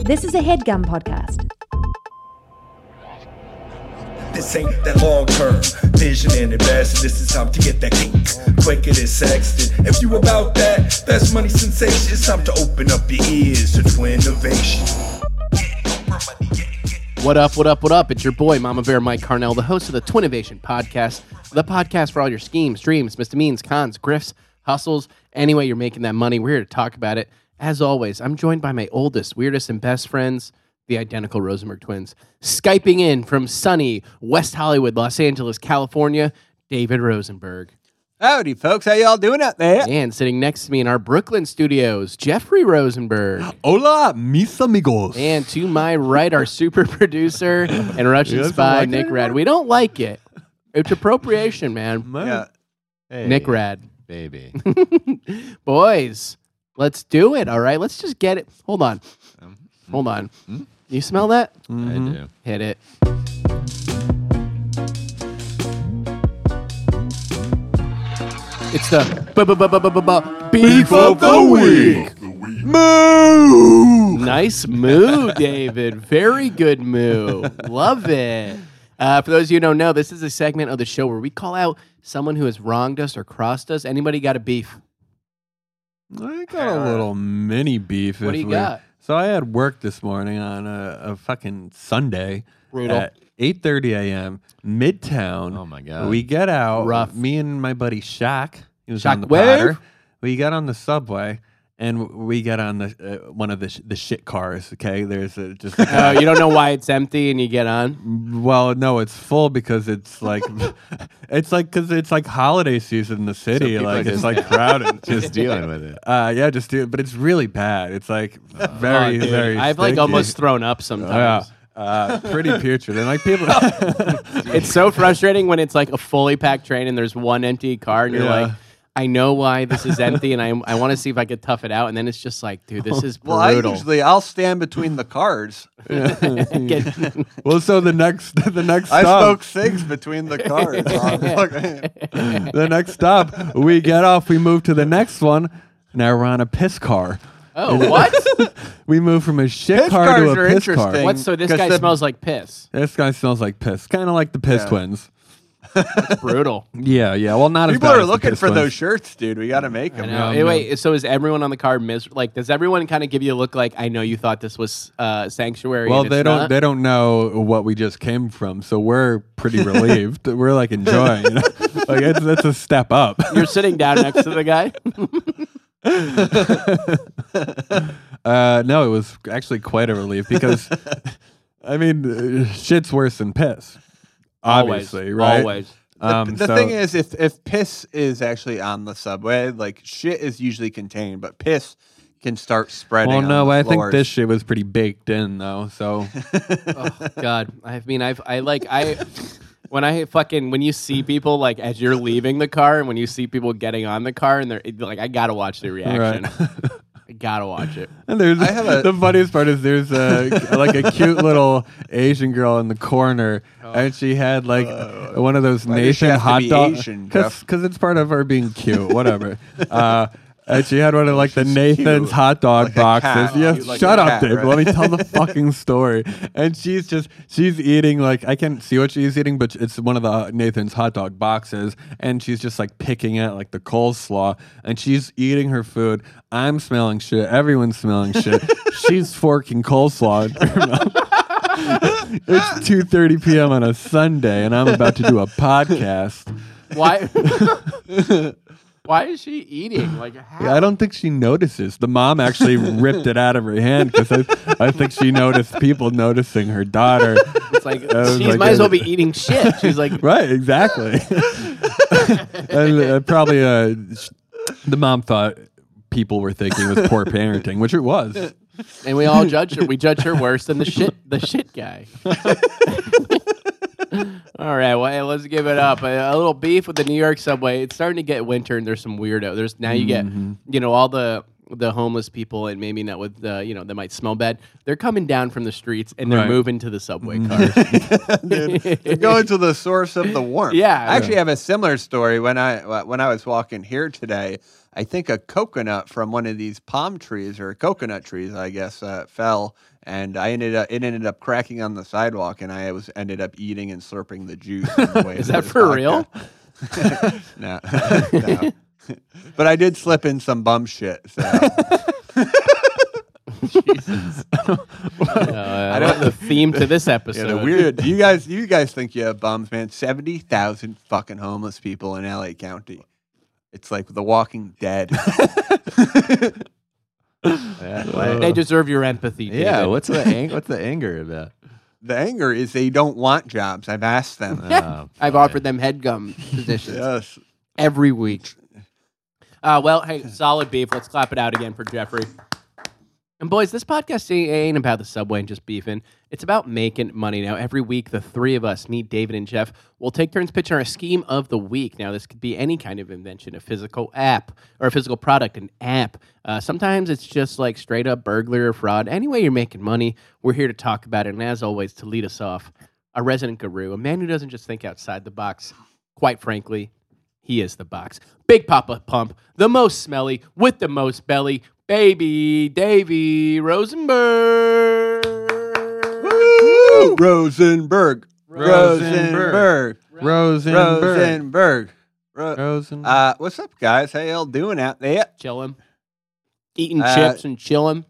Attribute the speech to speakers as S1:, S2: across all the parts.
S1: This is a headgum podcast.
S2: This ain't that long term vision and investing. This is time to get that cake quicker than Sexton. If you about that, that's money sensation. It's time to open up your ears to twin innovation.
S3: What up, what up, what up? It's your boy, Mama Bear Mike Carnell, the host of the Twinnovation Podcast, the podcast for all your schemes, dreams, misdemeans, cons, grifts, hustles, any way you're making that money. We're here to talk about it. As always, I'm joined by my oldest, weirdest, and best friends, the identical Rosenberg twins, Skyping in from sunny West Hollywood, Los Angeles, California, David Rosenberg.
S4: Howdy, folks. How y'all doing out there?
S3: And sitting next to me in our Brooklyn studios, Jeffrey Rosenberg.
S4: Hola, mis amigos.
S3: And to my right, our super producer and Russian spy, Nick Rad. We don't like it. It's appropriation, man.
S4: yeah.
S3: Nick Rad.
S5: baby.
S3: Boys, let's do it, all right? Let's just get it. Hold on. Hold on. You smell that?
S5: I do.
S3: Hit it. It's the bu- bu- bu- bu- bu- bu- bu- beef of the week. Moo! Nice moo, David. Very good moo. Love it. Uh, for those of you who don't know, this is a segment of the show where we call out someone who has wronged us or crossed us. Anybody got a beef?
S4: I got a little mini beef.
S3: What
S4: if
S3: do you
S4: we-
S3: got?
S4: So I had work this morning on a, a fucking Sunday
S3: Brutal.
S4: at 8:30 a.m. Midtown.
S5: Oh, my God.
S4: We get out.
S3: Rough.
S4: Me and my buddy Shaq. He was on the
S3: Shockwave?
S4: powder. We got on the subway. And w- we get on the uh, one of the sh- the shit cars. Okay, there's a, just like a-
S3: Uh, you don't know why it's empty and you get on?
S4: Well, no, it's full because it's like it's like because it's like holiday season in the city.
S5: people
S4: like
S5: are
S4: it's
S5: just-
S4: like crowded.
S5: Just dealing with it.
S4: Uh, yeah, just do it. But it's really bad. It's like very,
S3: Oh, dude,
S4: very.
S3: I've like
S4: stinky.
S3: almost thrown up
S4: Yeah.
S3: sometimes.
S4: Uh, pretty putrid. And like people.
S3: It's so frustrating when it's like a fully packed train and there's one empty car and you're
S4: Yeah.
S3: like, I know why this is empty and I, I want to see if I could tough it out. And then it's just like, dude, this is
S6: Well, I
S3: brutal.
S6: usually I'll stand between the cars.
S3: Get-
S4: well, so the next the next
S6: I
S4: stop.
S6: smoke cigs between the cars.
S4: the next stop, we get off. We move to the next one. Now we're on a piss car.
S3: oh, what?
S4: We move from a shit
S6: Piss
S4: car to
S6: cars
S4: a
S6: are
S4: piss car.
S6: interesting.
S3: what? So this
S6: 'Cause
S3: guy
S6: the-
S3: smells like piss.
S4: This guy smells like piss, kind of like the piss twins.
S3: It's brutal.
S4: Yeah, yeah. Well, not
S6: People
S4: as bad
S6: are
S4: as the
S6: looking
S4: Piss
S6: for
S4: Twins.
S6: those shirts, dude. We got to make
S3: I
S6: them.
S3: know.
S4: Yeah,
S3: Hey,
S4: no.
S3: Wait, so is everyone on the car miserable? Like, does everyone kind of give you a look like, I know you thought this was uh, sanctuary?
S4: Well,
S3: and
S4: they
S3: it's
S4: don't.
S3: not?
S4: They don't know what we just came from, so we're pretty relieved. we're like enjoying. you know? like it's, that's a step up.
S3: You're sitting down next to the guy.
S4: Uh, no, it was actually quite a relief because, I mean, uh, shit's worse than piss. Obviously,
S3: always,
S4: right?
S3: Always.
S4: Um,
S6: the
S4: so-
S6: thing is, if, if piss is actually on the subway, like shit is usually contained, but piss can start spreading.
S4: well,
S6: on
S4: no,
S6: the
S4: I think
S6: floors.
S4: this shit was pretty baked in though. So
S3: God, I mean, I've I like I when I fucking when you see people like as you're leaving the car and when you see people getting on the car and they're like, I gotta watch their reaction. I gotta watch it.
S4: And there's
S6: I have a-
S4: the funniest part is there's a like a cute little Asian girl in the corner, and she had like one of those
S6: Oh. Uh, does she
S4: nation
S6: have to
S4: hot
S6: be
S4: dogs
S6: Asian,
S4: because
S6: Jeff?
S4: it's part of her being cute, whatever. uh, and she had one of like the Nathan's
S6: cute.
S4: hot dog
S6: Like a cat.
S4: boxes. Yeah,
S6: Cute like
S4: shut
S6: a
S4: up,
S6: cat,
S4: Dave.
S6: right?
S4: Let me tell the fucking story. And she's just she's eating like I can't see what she's eating, but it's one of the uh, Nathan's hot dog boxes, and she's just like picking at like the coleslaw, and she's eating her food. I'm smelling shit. Everyone's smelling shit. she's forking coleslaw. In her mouth. it's 2:30 p.m. on a Sunday, and I'm about to do a podcast.
S3: Why? Why is she eating? Like, how?
S4: I don't think she notices. The mom actually ripped it out of her hand because I, I think she noticed people noticing her daughter.
S3: It's like
S4: was
S3: she
S4: like,
S3: might as well
S4: uh,
S3: be eating shit. She's like,
S4: Right, exactly. and uh, probably uh, sh- the mom thought people were thinking it was poor parenting, which it was.
S3: and we all judge her. We judge her worse than the shit, the shit guy. all right, well, let's give it up. A, a little beef with the New York subway. It's starting to get winter, and there's some weirdo. There's now you get, you know, all the the homeless people, and maybe not with the, you know, they might smell bad. They're coming down from the streets and they're
S4: Right.
S3: moving to the subway cars.
S6: They're going to the source of the warmth.
S3: Yeah.
S6: I actually have a similar story when I when I was walking here today. I think a coconut from one of these palm trees or coconut trees, I guess, uh, fell, and I ended up it ended up cracking on the sidewalk, and I was ended up eating and slurping the juice. On the way
S3: Is
S6: to
S3: that
S6: this
S3: for real?
S6: podcast. no, no. but I did slip in some bum shit. So
S3: Uh, I don't the theme to this episode.
S6: yeah, the weird. You guys, you guys think you have bums, man? Seventy thousand fucking homeless people in LA County. It's like The Walking Dead.
S3: They deserve your empathy. David.
S5: Yeah, what's the ang- what's the anger about?
S6: the anger is they don't want jobs. I've asked them.
S5: Um,
S3: I've offered them headgum positions
S6: yes.
S3: every week. Uh, well, hey, solid beef. Let's clap it out again for Jeffrey. And boys, this podcast ain't about the subway and just beefing. It's about making money. Now, every week, the three of us, me, David, and Jeff, will take turns pitching our scheme of the week. Now, this could be any kind of invention, a physical app or a physical product, an app. Uh, sometimes it's just like straight up burglary or fraud. Any way you're making money, we're here to talk about it. And as always, to lead us off, a resident guru, a man who doesn't just think outside the box, quite frankly, he is the box. Big Papa Pump, the most smelly, with the most belly, baby Davy Rosenberg.
S6: Woo! Rosenberg.
S4: Rosenberg.
S6: Rosenberg.
S4: Rosenberg.
S6: Rosenberg. Ro-
S4: Rosenberg.
S6: Uh, what's up, guys? How y'all doing out there?
S3: Chill him. Eating
S6: Uh,
S3: chips and chill him.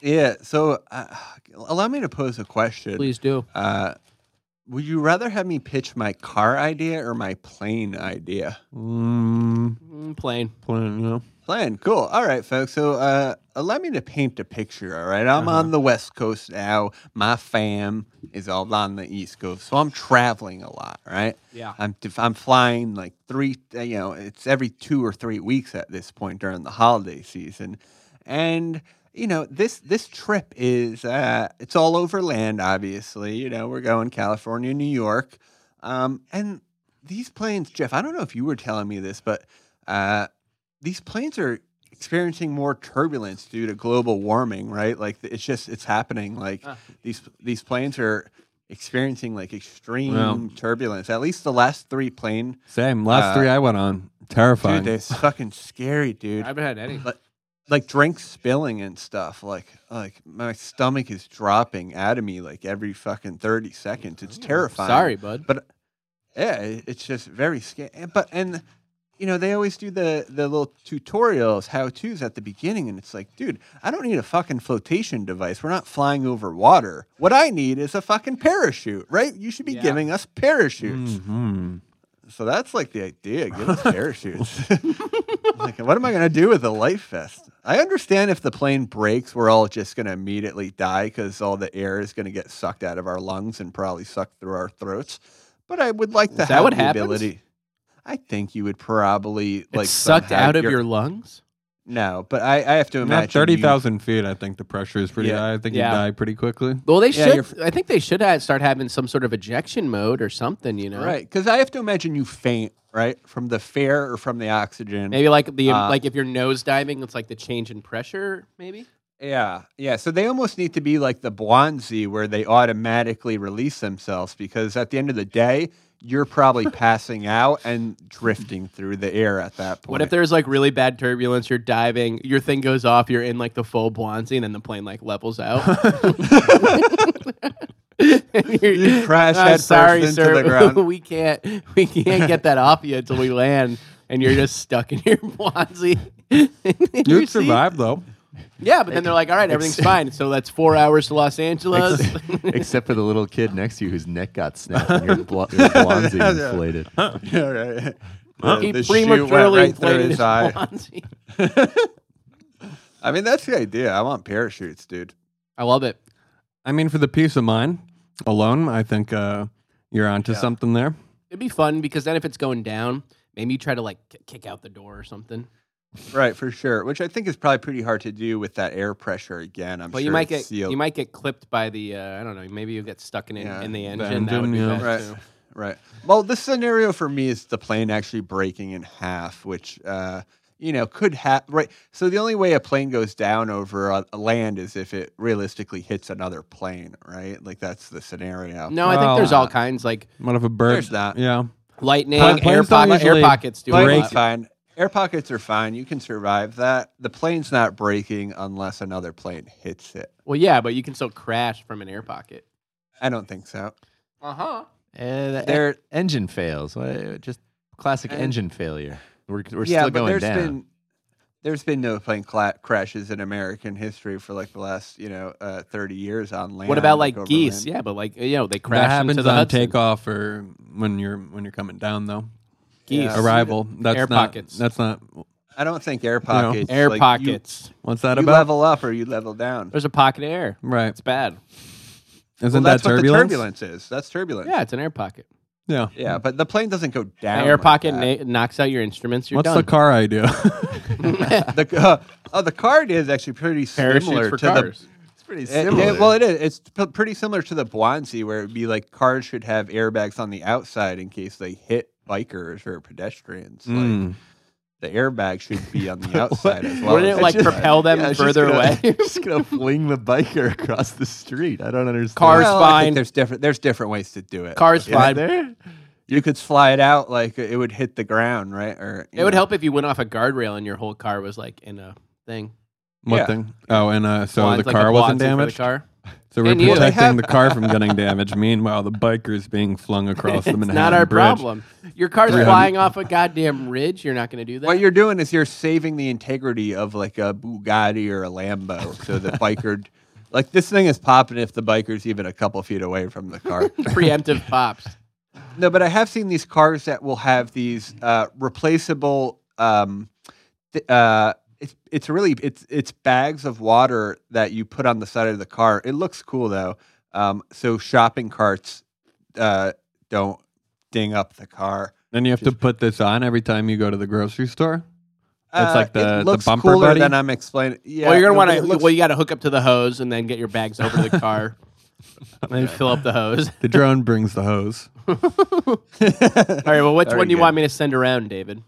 S6: Yeah. So, uh, allow me to pose a question.
S3: Please do.
S6: Uh, would you rather have me pitch my car idea or my plane idea?
S4: Mm,
S3: Mm, plain.
S4: plan, yeah.
S6: Plan. Cool. All right, folks. So, uh, allow me to paint a picture. All right. I'm on the West Coast now. My fam is all on the East Coast. So, I'm traveling a lot, right?
S3: Yeah.
S6: I'm, def- I'm flying like three, uh, you know, it's every two or three weeks at this point during the holiday season. And, you know, this, this trip is, uh, it's all over land, obviously. You know, we're going California, New York. Um, and these planes, Jeff, I don't know if you were telling me this, but uh, these planes are experiencing more turbulence due to global warming, right? Like it's just, it's happening. Like these, these planes are experiencing like extreme
S4: Well,
S6: turbulence. At least the last three plane,
S4: Same. Last
S6: Uh,
S4: three I went on. Terrifying.
S6: dude, they're fucking scary, dude.
S3: I haven't had any.
S6: Like, like drinks spilling and stuff. Like, like my stomach is dropping out of me like every fucking thirty seconds. It's terrifying.
S3: Sorry, bud.
S6: but yeah, it- it's just very scary. But and you know they always do the the little tutorials, how tos at the beginning, and it's like, dude, I don't need a fucking flotation device. We're not flying over water. What I need is a fucking parachute, right? You should be
S3: Yeah.
S6: giving us parachutes.
S4: Mhm.
S6: So that's like the idea. Give us parachutes. like, what am I going to do with a life vest? I understand if the plane breaks, we're all just going to immediately die because all the air is going to get sucked out of our lungs and probably sucked through our throats. But I would like to
S3: Is that
S6: have
S3: what
S6: the
S3: happens?
S6: ability. I think you would probably like
S3: it's sucked
S6: somehow-
S3: out of
S6: you're-
S3: your lungs.
S6: No, but I, I have to imagine
S4: At 30,000 feet, I think the pressure is pretty
S6: Yeah.
S4: high. I think
S3: Yeah.
S4: you die pretty quickly.
S3: Well, they
S6: Yeah,
S3: should.
S6: you're f-
S3: I think they should ha start having some sort of ejection mode or something. You
S6: you-
S3: know,
S6: right? Because I have to imagine you faint right from the fare or from the oxygen.
S3: Maybe like the
S6: Uh,
S3: like if you're nose diving, it's like the change in pressure. Maybe.
S6: Yeah, yeah. So they almost need to be like the Blondie, where they automatically release themselves because at the end of the day, you're probably passing out and drifting through the air at that point.
S3: What if there's like really bad turbulence? You're diving, your thing goes off, you're in like the full Blonsey, and then the plane like levels out.
S6: You crash
S3: I'm
S6: head first
S3: sorry,
S6: into
S3: sir.
S6: the ground.
S3: we can't, we can't get that off you until we land, and you're just stuck in your Blonsey.
S4: You'd survive, though.
S3: Yeah, but then they're like, "All right, everything's fine." So that's four hours to Los Angeles.
S5: Except for the little kid next to you whose neck got snapped and your, bl- your blondie inflated.
S6: Yeah, right.
S3: he
S6: the shoe
S3: prematurely
S6: went right through
S3: inflated
S6: his eye.
S3: Blonsey.
S6: I mean, that's the idea. I want parachutes, dude.
S3: I love it.
S4: I mean, for the peace of mind alone, I think uh, you're onto something there.
S3: It'd be fun because then if it's going down, maybe you try to like k- kick out the door or something.
S6: Right, for sure. Which I think is probably pretty hard to do with that air pressure again. I'm
S3: But
S6: sure
S3: you might
S6: it's
S3: get
S6: sealed.
S3: you might get clipped by the uh, I don't know. Maybe you get stuck in
S6: Yeah,
S3: in the
S6: the
S3: engine. that would
S4: engine,
S3: be
S4: yeah.
S3: bad
S6: Right.
S3: too.
S6: Right. Well, this scenario for me is the plane actually breaking in half, which uh, you know could happen. Right. So the only way a plane goes down over a, a land is if it realistically hits another plane. Right. Like that's the scenario.
S3: No, I think
S4: Well,
S3: there's all kinds like
S4: What if a bird?
S6: There's that.
S4: Yeah.
S3: lightning,
S4: Pla-
S3: air,
S4: planes don't
S3: pocket- air
S4: usually
S3: pockets do a
S6: Plane's
S3: lot.
S6: fine. Air pockets are fine. You can survive that. The plane's not breaking unless another plane hits it.
S3: Well, yeah, but you can still crash from an air pocket.
S6: I don't think so.
S3: Uh huh.
S5: Eh, the
S6: There-
S5: en- engine fails. Wha- Just classic
S6: Eh.
S5: engine failure. We're, we're
S6: yeah,
S5: still
S6: but
S5: going
S6: there's
S5: down.
S6: been there's been no plane cla- crashes in American history for like the last you know uh, thirty years on land.
S3: What about like
S6: over
S3: geese?
S6: land.
S3: Yeah, but like you know they
S4: That
S3: crash
S4: happens
S3: into the
S4: on
S3: Hudson.
S4: takeoff or when you're when you're coming down though.
S3: Geese.
S6: Yeah.
S4: Arrival. That's
S3: Air
S4: not.
S3: pockets.
S4: That's not.
S6: I don't think air pockets.
S3: Air
S6: like, you-
S3: pockets.
S4: What's that
S6: You,
S4: about?
S6: level up or you level down.
S3: There's a pocket of air.
S4: Right.
S3: It's bad.
S4: Isn't
S6: well, that's
S4: that turbulence?
S6: what the turbulence is. That's turbulence.
S3: Yeah, it's an air pocket.
S4: Yeah.
S6: Yeah, but the plane doesn't go down.
S3: An air
S6: like
S3: pocket
S6: that.
S3: na- knocks out your instruments. You're
S4: What's
S3: done.
S4: the car idea?
S6: The, uh, oh, the card is actually pretty
S3: Parachutes
S6: similar
S3: for
S6: to
S3: cars.
S5: it's pretty
S6: the. it- it-
S5: similar.
S6: Eh, well, it is. It's p- pretty similar to the Guanxi, where it'd be like cars should have airbags on the outside in case they hit bikers or pedestrians. Like,
S4: Mm.
S6: the airbag should be on the outside as well.
S3: Hmm. Wouldn't it
S6: as the
S3: like
S6: inside.
S3: propel them
S5: Yeah, it's just
S3: further
S5: gonna-
S3: away?
S5: just gonna fling the biker across the street. I don't understand.
S3: Cars
S6: Well, I think
S3: fine.
S6: There's different. There's different ways to do it.
S3: Cars
S5: Is it
S3: fly.
S5: there.
S6: You could slide out like it would hit the ground, right? Or
S3: It would help if you went off a guardrail and your whole car was like in a thing.
S4: What
S6: Yeah.
S4: thing? Oh, and uh, so
S3: Lines
S4: the
S3: like a
S4: car wasn't
S3: Guanxi for the
S4: damaged.
S3: car.
S4: So we're
S3: And you- Well, they
S4: protecting
S6: have-
S4: the car from getting damaged. Meanwhile, the biker's being flung across the
S3: It's
S4: Manhattan
S3: not our
S4: Bridge.
S3: problem. Your car's
S4: 300.
S3: flying off a goddamn ridge. You're not going to do that.
S6: What you're doing is you're saving the integrity of like a Bugatti or a Lambo, so the biker, like this thing is popping if the biker's even a couple feet away from the car.
S3: preemptive pops.
S6: no, but I have seen these cars that will have these uh, replaceable. Um, th- uh, it's it's really it's it's bags of water that you put on the side of the car. It looks cool though. Um, so shopping carts uh, don't ding up the car.
S4: And you have to put this on every time you go to the grocery store. It's like
S6: Uh, it
S4: the- the
S6: looks
S4: bumper
S6: cooler
S4: buddy?
S6: than I'm explaining. Yeah,
S3: well, you're
S6: no,
S3: going
S6: but
S3: to
S6: it
S3: want
S6: looks
S3: to. Well, you got to hook up to the hose and then get your bags over the car and fill up the hose.
S4: The drone brings the hose.
S3: All right. Well, which
S6: Very
S3: one do you
S6: good.
S3: want me to send around, David?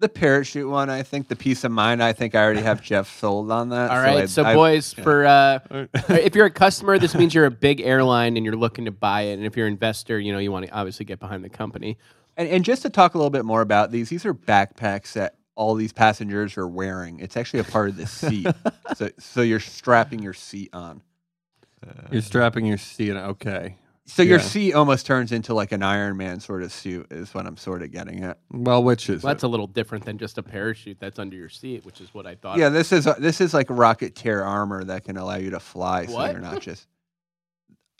S6: The parachute one, I think. The peace of mind, I think. I already have Jeff sold on that.
S3: All right.
S6: I-
S3: So,
S6: I-
S3: boys, for uh,
S4: Alright.
S3: if you're a customer, this means you're a big airline and you're looking to buy it. And if you're an investor, you know you want to obviously get behind the company.
S6: and, and just to talk a little bit more about these, these are backpacks that all these passengers are wearing. It's actually a part of the seat, so so you're strapping your seat on.
S4: You're strapping your seat. Okay.
S6: So your
S4: Yeah.
S6: seat almost turns into like an Iron Man sort of suit, is what I'm sort of getting at.
S4: Well, which is
S3: Well, that's
S4: it?
S3: a little different than just a parachute that's under your seat, which is what I thought.
S6: Yeah, this is this is like Rocketeer armor that can allow you to fly, so
S3: What?
S6: you're not just.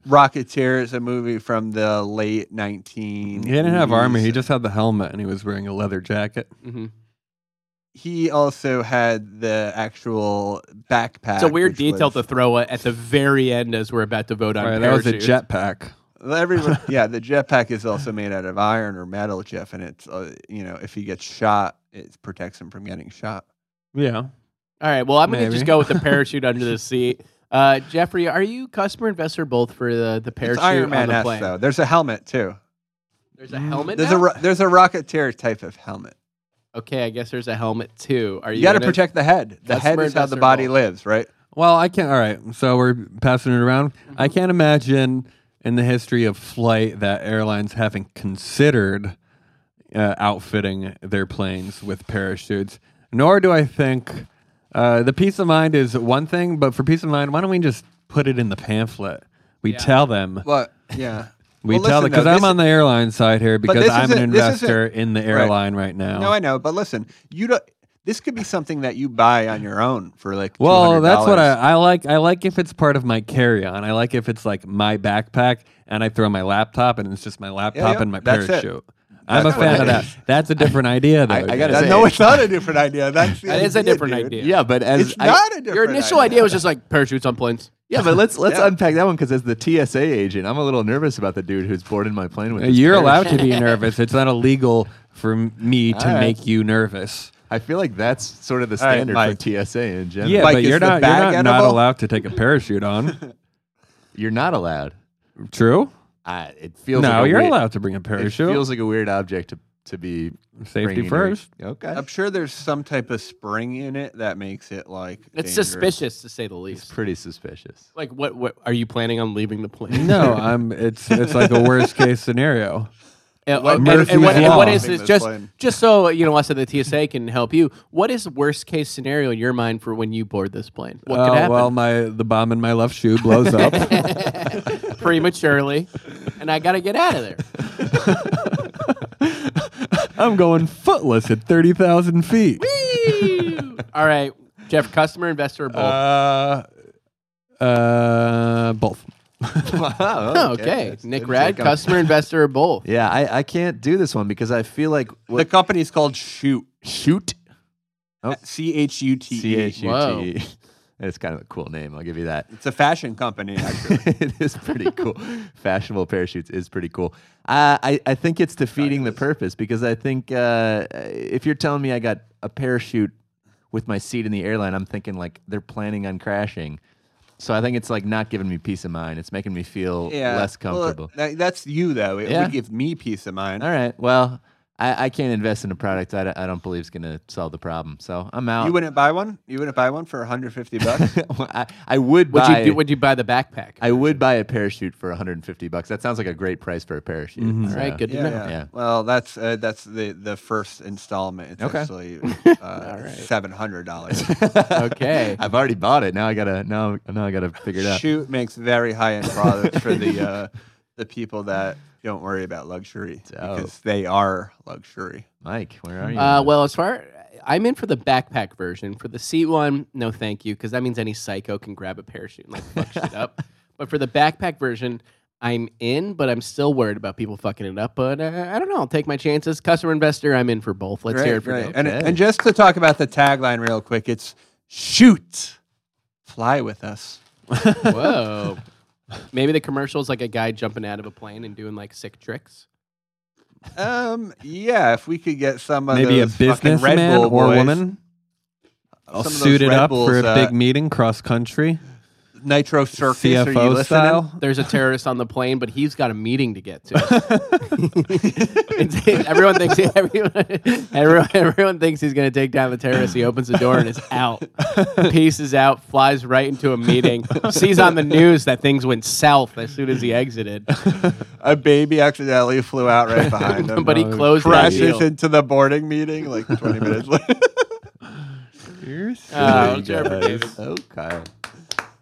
S6: Rocketeer is a movie from the late 19.
S4: He didn't have armor. He just had the helmet, and he was wearing a leather jacket.
S3: Mhm.
S6: he also had the actual backpack.
S3: It's a weird
S6: which
S3: detail to
S6: was-
S3: throw at the very end as we're about to vote on.
S4: Right, that was a
S3: parachutes.
S4: jetpack.
S6: everyone, yeah, the jetpack is also made out of iron or metal, Jeff, and it's uh, you know if he gets shot, it protects him from getting shot.
S4: Yeah.
S3: All right. Well, I'm going to just
S4: Maybe.
S3: go with the parachute under the seat. Uh, Jeffrey, are you customer investor both for the, the parachute
S6: It's Iron Man
S3: on the
S6: S
S3: plane?
S6: though. There's a helmet too.
S3: There's a helmet.
S6: There's
S3: now?
S6: a ro- there's a Rocketeer type of helmet.
S3: okay, I guess there's a helmet too. Are
S6: You,
S3: you,
S6: got to
S3: gonna-
S6: protect the head. The head
S3: Customer
S6: is how the
S3: investor
S6: body
S3: goal.
S6: lives, right?
S4: Well, I can't. All right. So we're passing it around. I can't imagine in the history of flight that airlines haven't considered uh, outfitting their planes with parachutes. Nor do I think uh, the peace of mind is one thing, but for peace of mind, why don't we just put it in the pamphlet? We tell them.
S6: Well, yeah.
S4: we
S6: Well,
S4: tell them
S6: listen,
S4: because
S6: though,
S4: I'm
S6: this-
S4: on the airline side here because
S6: this
S4: I'm an
S6: isn't- this isn't-
S4: investor in the airline right, now.
S6: No, I know, but listen, you don't. This could be something that you buy on your own for like.
S4: Well, that's what
S6: $200.
S4: I, I like. I like if it's part of my carry-on. I like if it's like my backpack, and I throw my laptop, and it's just my laptop
S6: yeah,
S4: and my
S6: that's it.
S4: parachute. I'm a
S6: That's what
S4: fan
S6: it
S4: of that.
S6: is.
S4: That's a different idea, though.
S5: I
S4: dude.
S5: gotta
S6: That-
S5: say-
S6: no, it's not a different idea. That's the
S3: That is a
S6: idea,
S3: different
S6: dude.
S3: idea.
S5: Yeah, but as
S6: It's
S5: I-
S6: not a different
S3: Your initial idea was just like parachutes on planes.
S5: yeah, but let's let's
S6: Yeah.
S5: unpack that one because as the TSA agent, I'm a little nervous about the dude who's boarding my plane with.
S4: Uh,
S5: his
S4: You're
S5: parachute.
S4: allowed to be nervous. It's not illegal for m- me to
S5: All right.
S4: make you nervous.
S5: I feel like that's sort of the
S6: right,
S5: standard
S6: Mike.
S5: for TSA in general.
S4: Yeah,
S6: Mike,
S4: but
S6: is
S4: you're
S6: the
S4: not.
S6: bag
S4: You're not, not
S6: edible?
S4: allowed to take a parachute on.
S5: you're not allowed.
S4: True.
S5: I, it feels
S4: no,
S5: like a
S4: you're
S5: weird,
S4: allowed to bring a
S5: It
S4: parachute.
S5: feels like a weird object to to be
S4: Safety
S5: bringing your-
S4: first.
S5: Okay,
S6: I'm sure there's some type of spring in it that makes it like.
S3: It's
S6: dangerous.
S3: suspicious to say the
S5: it's
S3: least.
S5: pretty suspicious.
S3: like, what? What are you planning on leaving the plane?
S4: No, I'm. It's it's like a worst case scenario.
S3: And,
S6: What-
S3: and- and what- and what
S4: Murphy's
S3: is this?
S6: Law.
S3: Just, just so you know, us at the TSA can help you. What is worst case scenario in your mind for when you board this plane? What could
S4: Uh,
S3: happen?
S4: Well, my the bomb in my left shoe blows up.
S3: prematurely, and I got to get out of there.
S4: I'm going footless at thirty thousand feet.
S3: All right, Jeff, customer, investor, or both?
S4: Uh, uh, both.
S5: Wow,
S3: Oh, okay,
S5: That's-
S3: Nick
S5: didn't
S3: Rad,
S5: take 'em.
S3: customer, investor, or both?
S5: Yeah, I, I can't do this one because I feel like
S6: The company's called Shoot.
S5: shoot
S6: C H U T
S5: C
S6: E.
S5: H U T E. It's kind of a cool name. I'll give you that.
S6: It's a fashion company. Actually.
S5: it is pretty cool. Fashionable parachutes is pretty cool. Uh, I I think it's defeating the purpose because I think uh, if you're telling me I got a parachute with my seat in the airline, I'm thinking like they're planning on crashing. So I think it's like not giving me peace of mind. It's making me feel
S6: Yeah.
S5: less
S6: Well,
S5: comfortable.
S6: that- that's you though. It
S5: Yeah.
S6: would give me peace of mind.
S5: All right. Well, I, I can't invest in a product that I, I don't believe is going to solve the problem. So I'm out.
S6: You wouldn't buy one? You wouldn't buy one for 150 bucks?
S5: I, I would
S3: Would
S5: buy.
S3: you do, would you buy the backpack?
S5: I would buy a parachute for 150 bucks. That sounds like a great price for a parachute.
S6: Mm-hmm.
S3: All
S5: So-
S3: right, good to
S6: yeah,
S3: know.
S6: yeah.
S5: Yeah.
S6: Well, that's uh, that's the the first installment. It's
S5: Okay.
S6: actually uh, seven hundred dollars.
S3: Okay.
S5: I've already bought it. Now I gotta. Now now I gotta figure it out.
S6: Shoot makes very high end products for the uh, the people that don't worry about luxury
S5: Dope.
S6: because they are luxury.
S5: Mike, where are you?
S3: Uh, well, as far I'm in for the backpack version. For the seat one, no, thank you, because that means any psycho can grab a parachute and like fuck shit up. But for the backpack version, I'm in, but I'm still worried about people fucking it up. But uh, I don't know. I'll take my chances. Customer investor, I'm in for both. Let's hear it for both.
S6: And,
S5: Okay.
S6: and just to talk about the tagline real quick, it's shoot, fly with us.
S3: Whoa. Maybe the commercial is like a guy jumping out of a plane and doing like sick tricks.
S6: Um, yeah, if we could get some of
S4: Maybe a
S6: those fucking Red
S4: businessman
S6: Bull
S4: or
S6: boys,
S4: woman.
S6: some of those
S4: suited
S6: Red
S4: up for a
S6: Bulls,
S4: big
S6: uh,
S4: meeting cross country,
S6: Nitro Circus are you
S4: CFO
S6: listening?
S4: style.
S3: There's a terrorist on the plane, but he's got a meeting to get to. It's- everyone thinks everyone, everyone, everyone thinks he's going to take down the terrorist. He opens the door and is out. Pieces out, flies right into a meeting. Sees on the news that things went south as soon as he exited,
S6: A baby accidentally flew out right behind him. Uh,
S3: but he closed that
S6: crashes
S3: deal.
S6: into the boarding meeting like 20 minutes later.
S3: Oh, Jeffrey Davis.
S5: oh, Kyle.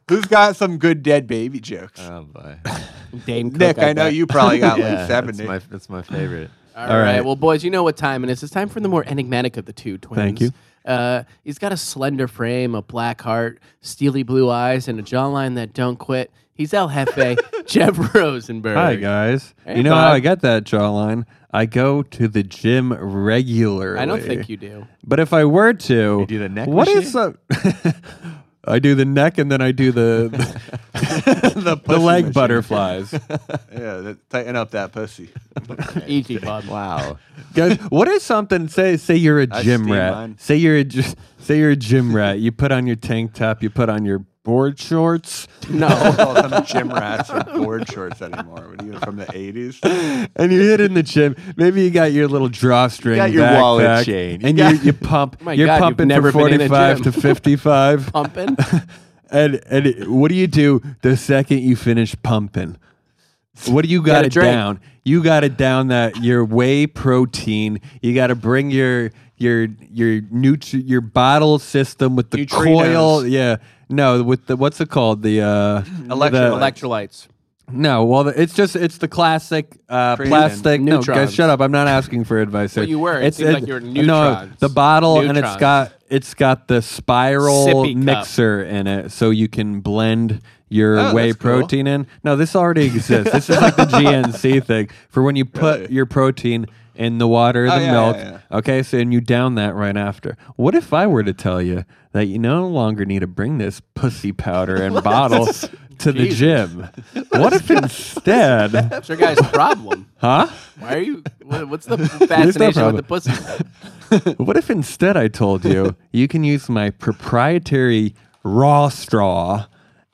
S6: Who's got some good dead baby jokes?
S4: Uh,
S5: Oh boy.
S3: Dane Cook,
S6: Nick, I know
S3: bet.
S6: you probably got
S5: yeah,
S6: like 70.
S5: That's my, that's my favorite.
S3: All
S4: All
S3: right.
S4: right.
S3: Well, boys, you know what time it is. It's time for the more enigmatic of the two twins.
S4: Thank you.
S3: Uh, he's got a slender frame, a black heart, steely blue eyes, and a jawline that don't quit. He's El Jefe, Jeff Rosenberg.
S4: Hi guys.
S3: Hey,
S4: you know how
S3: bud.
S4: I got that jawline? I go to the gym regularly.
S3: I don't think you do.
S4: But if I were to,
S5: do the neck
S4: What
S5: machine?
S4: is a? I do the neck and then I do the the, leg butterflies.
S6: yeah, that, tighten up that pussy.
S3: Easy, bud.
S5: Wow.
S4: Guys, what is something? Say say you're a gym
S6: steam
S4: rat.
S6: mine.
S4: Say you're a gy- say you're a gym rat. You put on your tank top. You put on your board shorts,
S6: Don't
S3: No.
S6: call them gym rats or board shorts anymore. What are you from the 80s?
S4: and you hit in the gym. Maybe you got your little drawstring,
S5: got your wallet
S4: backpack,
S5: chain. You
S4: and you,
S5: got-
S4: you pump.
S3: My
S4: you're
S3: God, you've
S4: pumping
S3: never
S4: from
S3: been in a
S4: forty five to
S3: gym.
S4: fifty five.
S3: Pumping.
S4: And and it- what do you do the second you finish pumping? What do you got
S3: Gotta
S4: it
S3: drink.
S4: down? You got it down that your whey protein. You got to bring your your your nutri- your bottle system with the
S6: Neutrinos.
S4: coil. Yeah, no, with the what's it called? The uh,
S6: Electrolytes.
S4: the-
S3: Electrolytes.
S4: no, well, the, it's just it's the classic uh,
S6: Creatine.
S4: plastic. No,
S3: Neutrons.
S4: guys, shut up! I'm not asking for advice.
S3: Well,
S4: here.
S3: you were. It seemed like you were
S4: No,
S3: neutrons.
S4: the bottle, and it's
S3: Neutrons.
S4: got it's got the spiral
S3: Sippy cup.
S4: mixer in it, so you can blend your
S6: Oh,
S4: whey
S6: that's cool.
S4: protein in. No, this already exists. this is like the GNC thing for when you put your protein in the water, the
S6: Oh, yeah, yeah,
S4: milk.
S6: yeah.
S4: Okay, so and you down that right after. What if I were to tell you that you no longer need to bring this pussy powder and bottle to the gym? What if instead,
S3: It's your guy's problem.
S4: huh?
S3: Why are you? wha- What's the
S4: It's no
S3: fascination with
S4: problem.
S3: the pussy?
S4: What if instead I told you you can use my proprietary raw straw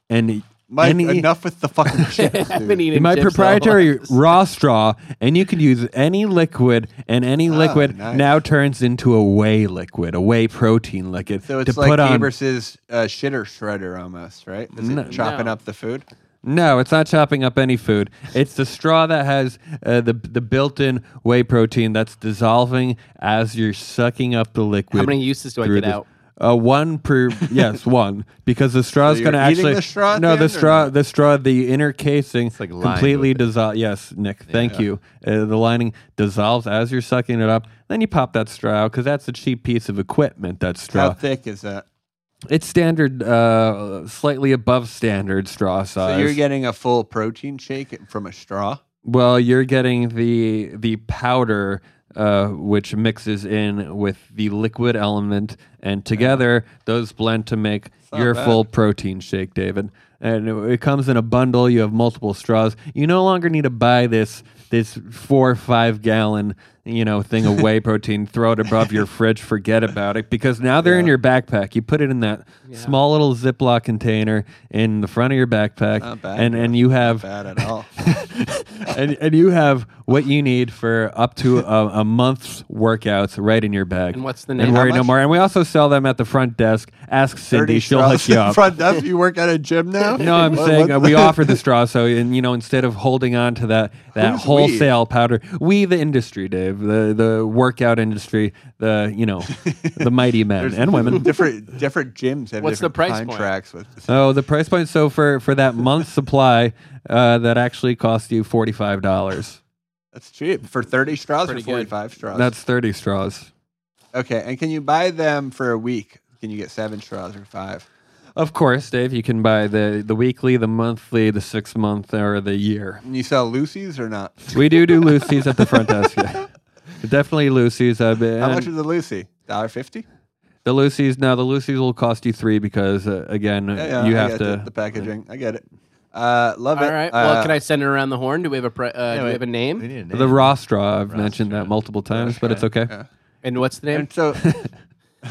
S4: and
S6: Mike,
S4: any-
S6: enough with the fucking chips.
S3: I've been eating
S4: my
S3: chips all
S4: proprietary raw straw, and you can use any liquid, and any liquid
S6: Ah, nice.
S4: now turns into a whey liquid, a whey protein liquid
S6: So it's
S4: to
S6: like
S4: put on.
S6: Abras's uh, shitter shredder almost, right? Is it chopping
S3: No.
S6: up the food?
S4: No, it's not chopping up any food. It's the straw that has uh, the the built-in whey protein that's dissolving as you're sucking up the liquid.
S3: How many uses do I
S4: through
S3: get
S4: this-
S3: out?
S4: Uh, one per yes, one because the straw is
S6: So
S4: going to
S6: you're eating
S4: actually
S6: the straw at
S4: no
S6: the
S4: the
S6: end or
S4: straw
S6: not?
S4: the straw the inner casing
S5: like lined
S4: completely
S5: with it.
S4: dissolves. Yes, Nick, thank you. Uh, the lining dissolves as you're sucking it up. Then you pop that straw out because that's a cheap piece of equipment. That straw.
S6: How thick is that?
S4: It's standard, uh, slightly above standard straw
S6: So
S4: size.
S6: you're getting a full protein shake from a straw.
S4: Well, you're getting the the powder uh, which mixes in with the liquid element, and together those blend to make your full protein shake, David. And it, it comes in a bundle. You have multiple straws. You no longer need to buy this this four or five gallon you know thing of whey protein. Throw it above your fridge. Forget about it because now they're in your backpack. You put it in that small little Ziploc container in the front of your backpack,
S6: Not bad,
S4: and
S6: bro.
S4: and you have
S6: Bad at all.
S4: and, and you have what you need for up to a, a month's workouts right in your bag.
S3: And what's the
S4: And
S3: name?
S4: worry
S3: How
S4: no
S3: much?
S4: more. And we also sell them at the front desk. Ask Cindy;
S6: Thirty
S4: she'll hook
S6: straws
S4: you
S6: in
S4: up.
S6: front desk. You work at a gym now?
S4: No, I'm
S6: What-
S4: saying
S6: what-
S4: uh, we offer the straw. So, and you know, instead of holding on to that that
S6: Who's we?
S4: wholesale powder, we the industry, Dave, the the workout industry, the you know, the mighty men and women.
S6: different different gyms have
S3: What's the
S6: different
S3: price point?
S6: contracts with.
S4: Oh, the price point. So for for that month's supply, uh, that actually costs you forty five dollars.
S6: That's cheap for thirty straws or
S3: Pretty good.
S6: forty five straws.
S4: That's thirty straws.
S6: okay. And can you buy them for a week? Can you get seven straws or five?
S4: Of course, Dave, you can buy the, the weekly, the monthly, the six month, or the year.
S6: And you sell Lucy's or not?
S4: We do do Lucy's at the front desk. yeah. Definitely Lucy's. Uh, b-
S6: How
S4: and
S6: much is the Lucy? Dollar fifty.
S4: the Lucy's? No, the Lucy's will cost you three because, uh, again, you
S6: I
S4: have
S6: get
S4: to.
S6: the, the packaging. I get it. Uh, love it.
S3: All right. Well,
S6: Uh,
S3: can I send it around the horn? Do we have a pre- uh, do we have a
S5: We
S3: name?
S5: need a name.
S4: the raw straw. I've mentioned that multiple times, but it's okay.
S3: And what's the name?
S6: And so,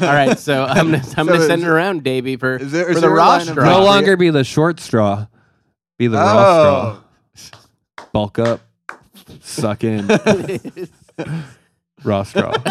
S3: All right. So I'm gonna, I'm
S6: So
S3: gonna
S6: is
S3: send it
S6: it-
S3: around, Davey, for
S6: is there-
S3: for
S6: is
S3: the
S6: there a
S3: raw
S6: line of-
S4: No
S3: straw.
S6: Right.
S4: longer be the short straw, be the raw
S6: oh,
S4: straw. Bulk up, suck in, raw straw.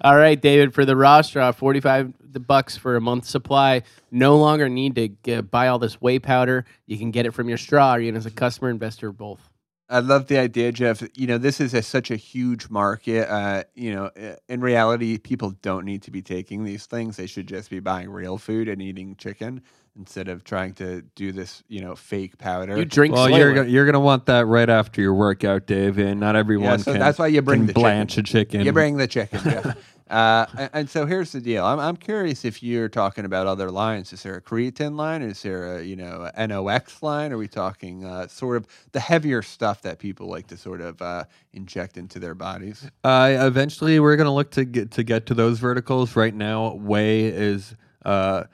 S3: All right, David, for the raw straw, 45 the bucks for a month's supply. No longer need to g buy all this whey powder. You can get it from your straw, or even as a customer, investor, both.
S6: I love the idea, Jeff. You know, this is a, such a huge market. Uh, you know, i- in reality, people don't need to be taking these things. They should just be buying real food and eating chicken instead of trying to do this, you know, fake powder.
S3: You drink
S4: Well,
S3: slowly.
S4: you're go- you're gonna want that right after your workout, Dave, and not everyone
S6: Yeah, so
S4: can.
S6: that's why you bring
S4: can
S6: the chicken.
S4: blanch a chicken.
S6: You bring the chicken, Jeff. uh, and, and so here's the deal. I'm, I'm curious if you're talking about other lines. Is there a creatine line? Is there a you know a NOx line? Are we talking uh, sort of the heavier stuff that people like to sort of uh, inject into their bodies?
S4: Uh, eventually, we're gonna look to get to get to those verticals. Right now, whey is uh,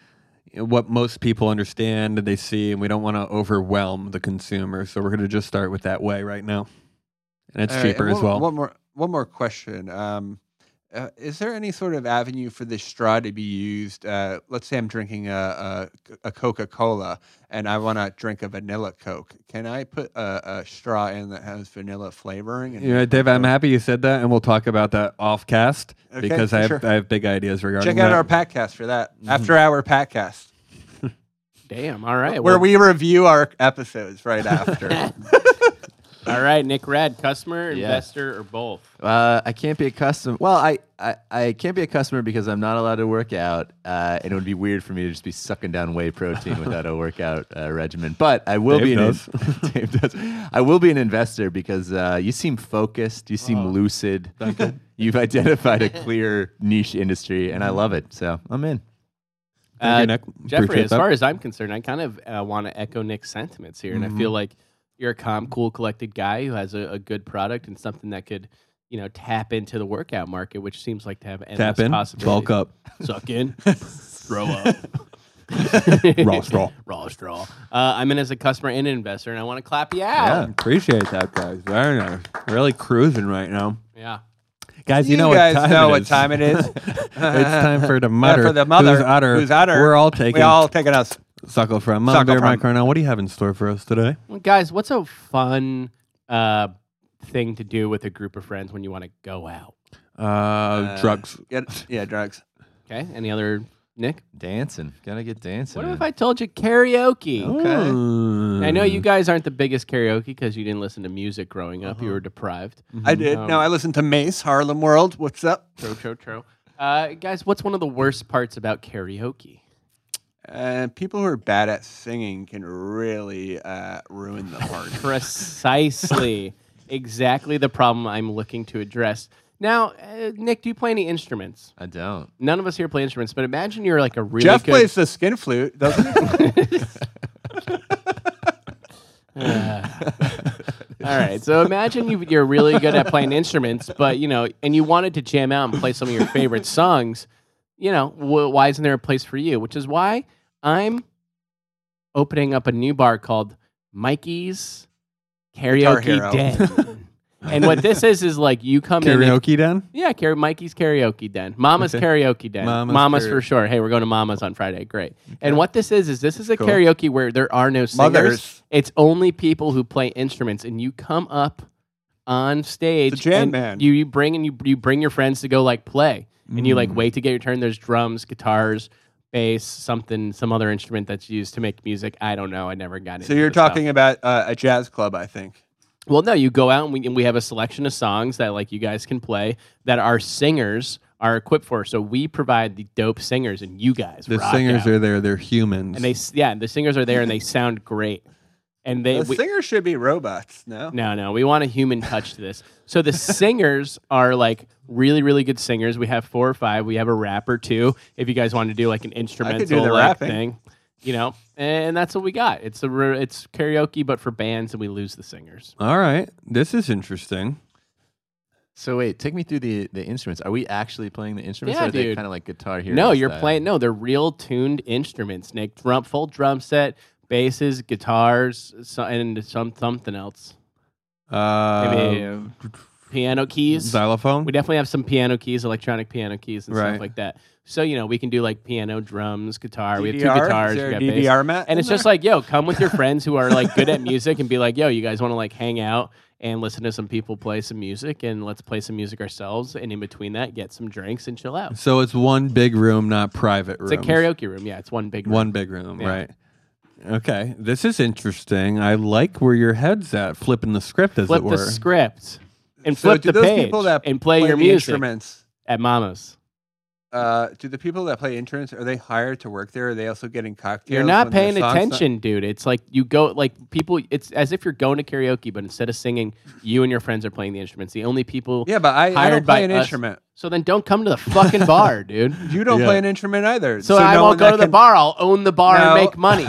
S4: what most people understand and they see, and we don't want to overwhelm the consumer, so we're gonna just start with that whey right now, and it's
S6: All right,
S4: cheaper
S6: and
S4: as
S6: one-
S4: well.
S6: One more, one more question. Um, uh, is there any sort of avenue for this straw to be used? Uh, let's say I'm drinking a, a, a Coca Cola and I want to drink a vanilla Coke. Can I put a, a straw in that has vanilla flavoring? And
S4: You know, Dave, I'm happy you said that, and we'll talk about that off cast
S6: Okay,
S4: because I have
S6: sure.
S4: I have big ideas regarding.
S6: Check out
S4: that.
S6: our podcast for that Mm-hmm. after hour podcast
S3: Damn. All right.
S6: where
S3: well-
S6: we review our episodes right after.
S3: All right, Nick Rad, customer,
S5: Yeah.
S3: investor, or both.
S5: Uh, I can't be a customer. Well, I, I, I can't be a customer because I'm not allowed to work out, uh, and it would be weird for me to just be sucking down whey protein without a workout uh, regimen. But I will
S4: Dave
S5: be an in-
S4: does.
S5: Dave does. I will be an investor because uh, you seem focused, you seem
S3: Oh.
S5: lucid. You've identified a clear niche industry, and I love it. So I'm in.
S4: Thank you, Nick.
S3: Uh, Jeffrey,
S4: Appreciate
S3: as
S4: that.
S3: far as I'm concerned, I kind of uh, want to echo Nick's sentiments here, and I
S4: Mm-hmm.
S3: feel like you're a calm, cool, collected guy who has a, a good product and something that could, you know, tap into the workout market, which seems like to have endless
S4: tap in,
S3: possibilities.
S4: bulk up,
S3: suck in, throw up,
S4: raw straw.
S3: raw straw. Uh, I'm in as a customer and an investor, and I want to clap you
S4: Yeah,
S3: out.
S4: appreciate that, guys. Very nice. Really cruising right now,
S3: Yeah.
S4: guys. You,
S6: you,
S4: know
S6: guys
S4: what time
S6: know
S4: it
S6: what
S4: is.
S6: time it is.
S4: it's time for the
S6: Yeah,
S4: mutter.
S6: for the mother
S4: Who's utter?
S6: Who's utter?
S4: We're all taking
S6: We all taking us.
S4: suckle from.
S6: Suckle
S4: Mom, Bear,
S6: from.
S4: Mike, Arnell, what do you have in store for us today?
S3: Well, guys, what's a fun uh, thing to do with a group of friends when you want to go out?
S4: Uh, drugs.
S6: Get, yeah, drugs.
S3: Okay. Any other Nick?
S5: Dancing. Gotta get dancing.
S3: What
S5: in.
S3: if I told you karaoke?
S5: Okay.
S3: I know you guys aren't the biggest karaoke because you didn't listen to music growing up.
S6: Uh-huh.
S3: You were deprived.
S6: I did. no, I listened to Mace, Harlem World. What's up?
S3: Tro, tro, tro. Uh, guys, what's one of the worst parts about karaoke?
S6: Uh, people who are bad at singing can really uh, ruin the party.
S3: Precisely. exactly the problem I'm looking to address. Now, uh, Nick, do you play any instruments?
S5: I don't.
S3: None of us here play instruments, but imagine you're like a really
S6: Jeff
S3: good.
S6: plays the skin flute, doesn't he?
S3: All right, so imagine you, you're really good at playing instruments, but you know, and you wanted to jam out and play some of your favorite songs. You know, wh- why isn't there a place for you? Which is why I'm opening up a new bar called Mikey's
S6: Guitar
S3: Karaoke
S6: Hero.
S3: Den. and what this is is like you come in. and-
S4: Karaoke then?
S3: Yeah, Car- Mikey's Karaoke Den. Mama's
S4: Okay.
S3: Karaoke Den. Mama's,
S4: Mama's
S3: for
S4: karaoke.
S3: sure. Hey, we're going to Mama's on Friday. Great. And what this is is this is a karaoke where there are no singers.
S6: Mothers.
S3: It's only people who play instruments, and you come up on stage.
S6: It's a jam
S3: and
S6: band.
S3: You, you bring and you you bring your friends to go like play, and you
S6: Mm.
S3: like wait to get your turn. There's drums, guitars. Bass, something, some other instrument that's used to make music. I don't know. I never got into
S6: so you're
S3: the stuff.
S6: talking about uh, a jazz club, I think.
S3: Well, no, you go out and we, and we have a selection of songs that like you guys can play that our singers are equipped for. So we provide the dope singers, and you guys
S4: The
S3: rock
S4: singers
S3: out.
S4: are there. They're humans.
S3: and they s- yeah the singers are there and they sound great, and they
S6: The
S3: we,
S6: singers should be robots, no?
S3: no no we want a human touch to this. So the singers are like really really good singers. We have four or five. We have a rapper too. If you guys want to do like an instrumental
S6: the
S3: like,
S6: rapping.
S3: thing, you know, and that's what we got. It's a re- it's karaoke but for bands, and we lose the singers.
S4: All right. This is interesting.
S5: So wait, take me through the the instruments. Are we actually playing the instruments?
S3: Yeah,
S5: or are they
S3: dude.
S5: kind of like guitar here?
S3: No, you're playing. No, they're real tuned instruments, Nick. Drum, full drum set, basses, guitars, so, and some something else.
S4: Uh,
S3: Maybe uh, piano keys.
S4: xylophone.
S3: We definitely have some piano keys, electronic piano keys, and stuff
S4: Right.
S3: like that. So you know, we can do like piano, drums, guitar. we have two
S6: DDR?
S3: guitars.
S6: Is there
S3: we
S6: a
S3: got bass.
S6: DDR mat
S3: and
S6: in
S3: it's just like, yo, come with your friends who are like good at music and be like, yo, you guys want to like hang out and listen to some people play some music and let's play some music ourselves. And in between that, get some drinks and chill out.
S4: so it's one big room, not private room.
S3: It's a karaoke room. Yeah, it's one big room.
S4: One big room,
S3: Yeah.
S4: right? Okay. This is interesting. I like where your head's at, flipping the script, as
S3: flip
S4: it were.
S3: the script and
S6: So
S3: flip
S6: do
S3: the
S6: those
S3: page
S6: people that
S3: and play, your
S6: the
S3: music
S6: instruments?
S3: at Mama's.
S6: Uh, do the people that play instruments are they hired to work there? Are they also getting cocktails?
S3: You're not
S6: when their
S3: paying
S6: song's not-
S3: attention, dude. It's like you go like people. It's as if you're going to karaoke, but instead of singing, you and your friends are playing the instruments. The only people.
S6: Yeah, but I, I
S3: hired
S6: don't
S3: by
S6: play an
S3: us.
S6: instrument.
S3: So then, don't come to the fucking bar, dude.
S6: You don't
S4: Yeah.
S6: play an instrument either.
S3: So, I
S6: no one
S3: won't go
S6: that
S3: to the
S6: can-
S3: bar. I'll own the bar
S6: No.
S3: and make money.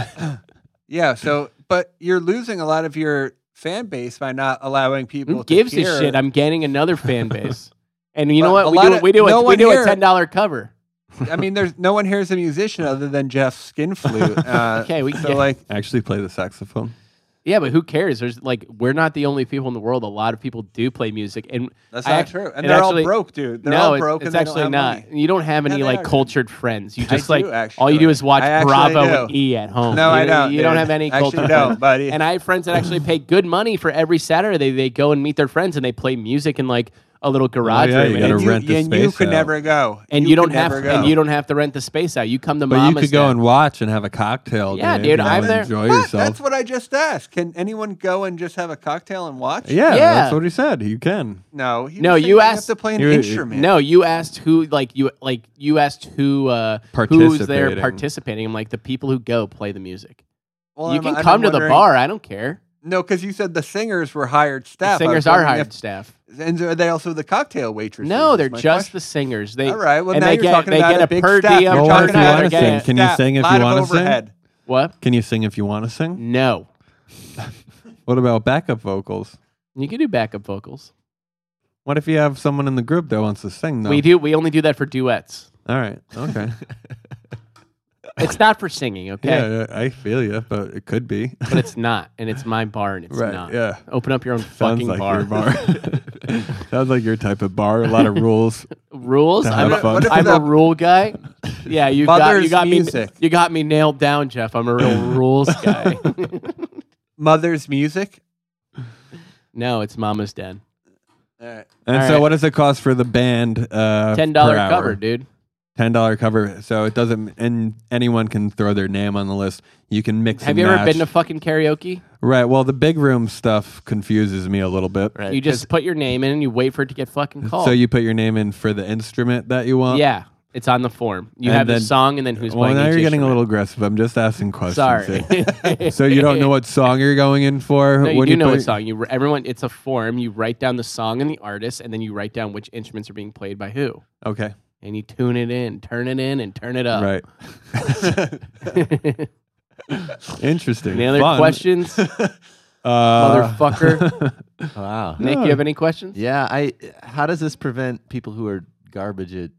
S6: Yeah. So, but you're losing a lot of your fan base by not allowing people.
S3: Who
S6: to
S3: gives a
S6: hear.
S3: shit? I'm getting another fan base. And you know what?
S6: But a
S3: We
S6: lot
S3: do,
S6: of-
S3: we do,
S6: no
S3: a, we
S6: one
S3: do a
S6: here-
S3: ten dollar cover.
S6: I mean, there's no one here is a musician other than Jeff Skin Flute. Uh,
S3: Okay, we
S6: so
S3: get-
S6: like
S4: Actually, play the saxophone.
S3: Yeah, but who cares? There's like we're not the only people in the world. A lot of people do play music, and
S6: that's
S3: I
S6: not
S3: act-
S6: true. And
S3: it
S6: they're
S3: actually-
S6: all broke, dude. They're
S3: no,
S6: all
S3: it-
S6: broke.
S3: it's
S6: and they
S3: actually
S6: don't have
S3: not.
S6: money.
S3: You don't have
S6: Yeah,
S3: any
S6: they
S3: like
S6: are.
S3: cultured friends. You just
S6: do,
S3: like all
S6: actually.
S3: you do is watch
S6: I actually
S3: Bravo and
S6: do.
S3: E at home.
S6: No,
S3: you,
S6: I don't,
S3: You don't
S6: dude.
S3: have any
S6: Actually
S3: cultured
S6: don't,
S3: friends.
S6: buddy.
S3: And I have friends that actually pay good money for every Saturday. They go and meet their friends and they play music in like a little garage
S4: Oh, yeah,
S3: room.
S4: you gotta
S3: and,
S6: You,
S4: rent the
S6: and you
S4: space
S6: could
S4: out.
S6: never go.
S3: and you don't
S6: could
S3: have
S6: never
S3: and
S6: go.
S3: you don't have to rent the space out. You come to
S4: But
S3: Mama's
S4: you could go
S3: then.
S4: and watch and have a cocktail.
S3: Yeah,
S4: dude,
S3: dude,
S4: and
S3: I'm there.
S4: Enjoy
S6: What?
S4: yourself.
S6: That's what I just asked. Can anyone go and just have a cocktail and watch?
S4: yeah,
S3: Yeah.
S4: that's what he said. You can.
S6: No. He
S3: No,
S6: was saying
S3: you
S6: have
S3: asked-
S6: to play an
S4: You-
S6: instrument.
S3: No, you asked who like you like you asked who uh who's there
S4: Participating.
S3: participating. I'm like the people who go play the music.
S6: Well,
S3: you
S6: I'm-
S3: can
S6: I'm
S3: come to the
S6: wondering-
S3: bar. I don't care.
S6: No, because you said the singers were hired staff. I
S3: the
S6: was
S3: singers are
S6: wondering
S3: hired
S6: if-
S3: staff.
S6: and are they also the cocktail waitresses?
S3: No,
S6: is
S3: they're
S6: my
S3: just
S6: question.
S3: the singers. They
S6: All right. Well,
S3: and
S6: now
S3: they
S6: you're
S3: get
S6: talking
S3: they
S6: about
S3: get
S6: a
S3: a
S6: big
S3: per
S6: staff.
S3: diem.
S6: You're
S4: Well, what
S3: charge
S4: if
S3: and
S4: you
S3: they're
S4: wanna
S3: getting-
S4: sing? Can you
S6: Staff,
S4: sing if
S6: lot
S4: you
S6: of
S4: wanna sing?
S6: overhead.
S3: What?
S4: Can you sing if you want to sing?
S3: No,
S4: What about backup vocals?
S3: you can do backup vocals.
S4: What if you have someone in the group that wants to sing though?
S3: We do. We only do that for duets.
S4: All right. Okay.
S3: It's not for singing, okay?
S4: yeah, yeah, I feel you, but it could be.
S3: But it's not, and it's my bar, and it's
S4: Right,
S3: not.
S4: yeah.
S3: Open up your own
S4: Sounds
S3: fucking
S4: like
S3: bar.
S4: your bar. Sounds like your type of bar. A lot of rules.
S3: Rules.
S4: To
S3: I'm,
S4: have fun. What
S3: a,
S4: if
S3: I'm
S6: it's
S3: a
S6: a-
S3: rule guy. Yeah, you got you
S6: Mother's
S3: got
S6: music.
S3: me you got me nailed down, Jeff. I'm a real rules guy.
S6: Mother's music.
S3: no, it's Mama's Den.
S6: All right.
S4: And
S3: All
S4: so,
S3: right.
S4: what does it cost for the band? Uh,
S3: Ten dollar
S4: per hour?
S3: cover, dude.
S4: ten dollar cover, so it doesn't. And anyone can throw their name on the list. You can mix.
S3: Have
S4: and
S3: you ever
S4: match.
S3: been to fucking karaoke?
S4: right? Well, the big room stuff confuses me a little bit.
S5: Right.
S3: You just put your name in and you wait for it to get fucking called.
S4: So you put your name in for the instrument that you want.
S3: yeah, it's on the form. You
S4: And
S3: have the
S4: then-
S3: song and then who's
S4: Well,
S3: playing.
S4: now
S3: each
S4: you're getting a little
S3: instrument.
S4: aggressive. I'm just asking questions.
S3: Sorry.
S4: here. so you don't know what song you're going in for?
S3: No, you
S4: when
S3: do know
S4: put-
S3: what song. You re- everyone, it's a form. You write down the song and the artist, and then you write down which instruments are being played by who,
S4: Okay.
S3: and you tune it in, turn it in, and turn it up.
S4: Right. Interesting.
S3: Any other
S4: Fun.
S3: questions,
S4: Uh,
S3: motherfucker?
S5: Wow.
S3: Nick, you have any questions?
S5: Yeah, I. How does this prevent people who are garbage at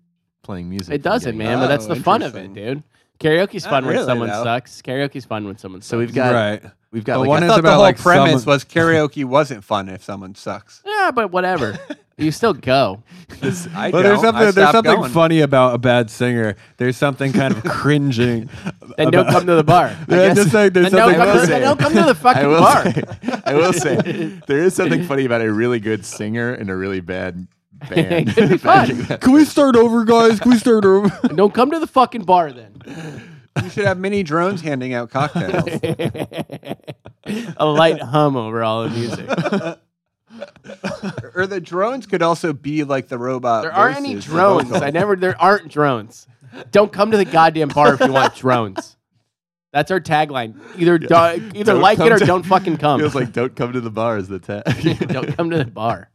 S5: playing music?
S3: It
S5: from
S3: doesn't,
S5: getting-
S3: man. but that's
S6: Oh,
S3: the fun of it, dude. Karaoke's fun when
S6: really,
S3: someone
S6: though.
S3: sucks. Karaoke's fun when someone sucks.
S5: So we've got
S4: right.
S5: we've got
S4: But
S5: like
S4: one
S5: a-
S6: I
S4: It's
S6: thought the
S4: about,
S6: whole
S4: like,
S6: premise
S4: someone-
S6: was karaoke wasn't fun if someone sucks.
S3: yeah, but whatever. you still go.
S6: I
S4: Well, there's
S6: don't. I
S4: something there's
S6: stopped
S4: something
S6: going.
S4: funny about a bad singer. There's something kind of cringing.
S3: Then don't
S4: about-
S3: come to the bar.
S4: Yeah, just like there's
S3: Then don't
S4: something
S3: come, to
S5: will
S3: the,
S5: say-
S3: then don't come to the
S5: I
S3: fucking
S5: will
S3: bar.
S5: say, I will say, there is something funny about a really good singer and a really bad band.
S3: It could be fun.
S4: Can we start over, guys? Can we start over?
S3: don't come to the fucking bar then.
S6: You should have mini drones handing out cocktails.
S3: A light hum over all the music.
S6: or the drones could also be like the robot.
S3: There aren't any
S6: voices, the
S3: drones.
S6: vocal.
S3: I never. There aren't drones. Don't come to the goddamn bar if you want drones. That's our tagline. Either do, either
S5: Don't
S3: like it
S5: come
S3: or
S5: to-
S3: don't fucking come.
S5: Feels like don't come to the bar is the tag.
S3: don't come to the bar.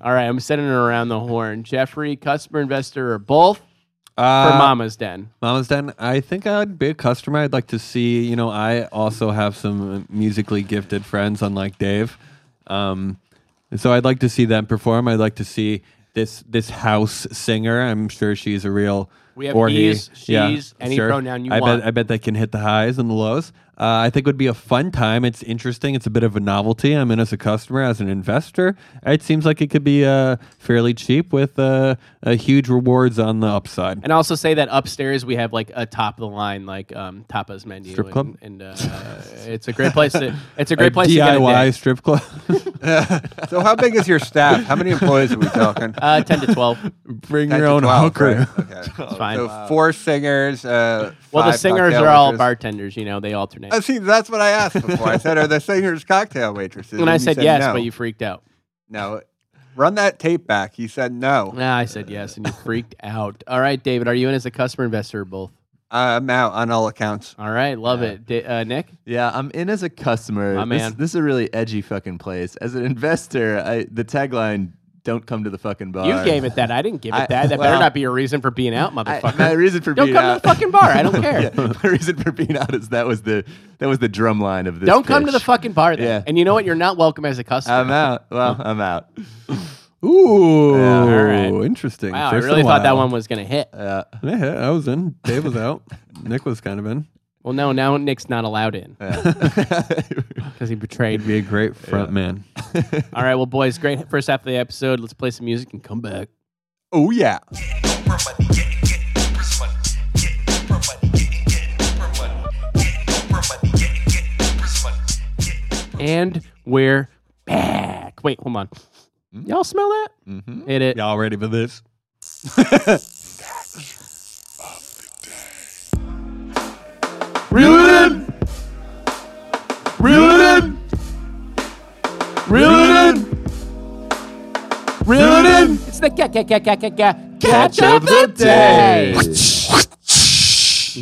S3: All right, I'm sending it around the horn. Jeffrey, customer, investor, or both for
S4: Uh,
S3: Mama's Den.
S4: Mama's Den. I think I'd be a customer. I'd like to see. You know, I also have some musically gifted friends, unlike Dave. Um, and so I'd like to see them perform. I'd like to see this this house singer. I'm sure she's a real.
S3: We have
S4: or he.
S3: he's, she's, any pronoun you
S4: I
S3: want.
S4: Bet, I bet they can hit the highs and the lows. Uh, I think it would be a fun time. It's interesting. It's a bit of a novelty. I'm in as a customer, as an investor. It seems like it could be uh, fairly cheap with uh, uh, huge rewards on the upside.
S3: And also say that upstairs we have like a top of the line like um, tapas menu.
S4: Strip
S3: and,
S4: club?
S3: and uh, it's a great place to it's a great place to get a
S4: DIY
S3: day.
S4: strip club.
S6: So how big is your staff? How many employees are we talking?
S3: Uh, ten to twelve.
S4: Bring
S6: 10
S4: your
S6: to
S4: own
S6: 12,
S4: hooker.
S6: right, Okay.
S3: fine.
S6: So four singers. Uh,
S3: Well, the
S6: five
S3: singers
S6: cocktail
S3: are all
S6: waitresses.
S3: bartenders. You know, they alternate.
S6: Uh, see, that's what I asked before. I said, "Are the singers cocktail waitresses?"
S3: and I
S6: you
S3: said yes,
S6: no.
S3: but you freaked out.
S6: no. Run that tape back. You said no.
S3: Nah, Ah, I said yes, and you freaked out. All right, David, are you in as a customer investor or both?
S6: I'm out on all accounts.
S3: All right, love it. Da- uh, Nick?
S5: yeah, I'm in as a customer.
S3: My
S5: this,
S3: man.
S5: this is a really edgy fucking place. As an investor, I, the tagline "Don't come to the fucking bar."
S3: You gave it that. I didn't give
S5: I-
S3: it that. That
S5: well-
S3: better not be a reason for being out,
S5: I-
S3: motherfucker.
S5: my reason for
S3: don't
S5: being
S3: come
S5: out.
S3: to the fucking bar. I don't care.
S5: Yeah, my reason for being out is that was the that was the drum line of this.
S3: Don't come to the
S5: pitch.
S3: fucking bar then.
S5: Yeah.
S3: And you know what? You're not welcome as a customer.
S4: Um,
S5: I'm out. Well, I'm out.
S4: Ooh,
S3: all right.
S4: interesting.
S3: Wow,
S4: First
S3: I
S4: in
S3: really
S4: a
S3: thought that
S4: while.
S3: one was going to hit.
S5: Uh,
S4: Yeah, I was in. Dave was out. Nick was kind of in.
S3: Well, no, now Nick's not allowed in
S5: yeah.
S3: because he betrayed me.
S4: Be a great front man.
S3: All right, well, boys, great first half of the episode. Let's play some music and come back.
S6: Oh yeah.
S3: And we're back. Wait, hold on. Y'all smell that? Mm-hmm. Hit it.
S4: Y'all ready for this?
S3: Reel it in. Reel it in. Reel it in. Reel it in. It's the ca- ca- ca- ca- ca- ca- catch of the day.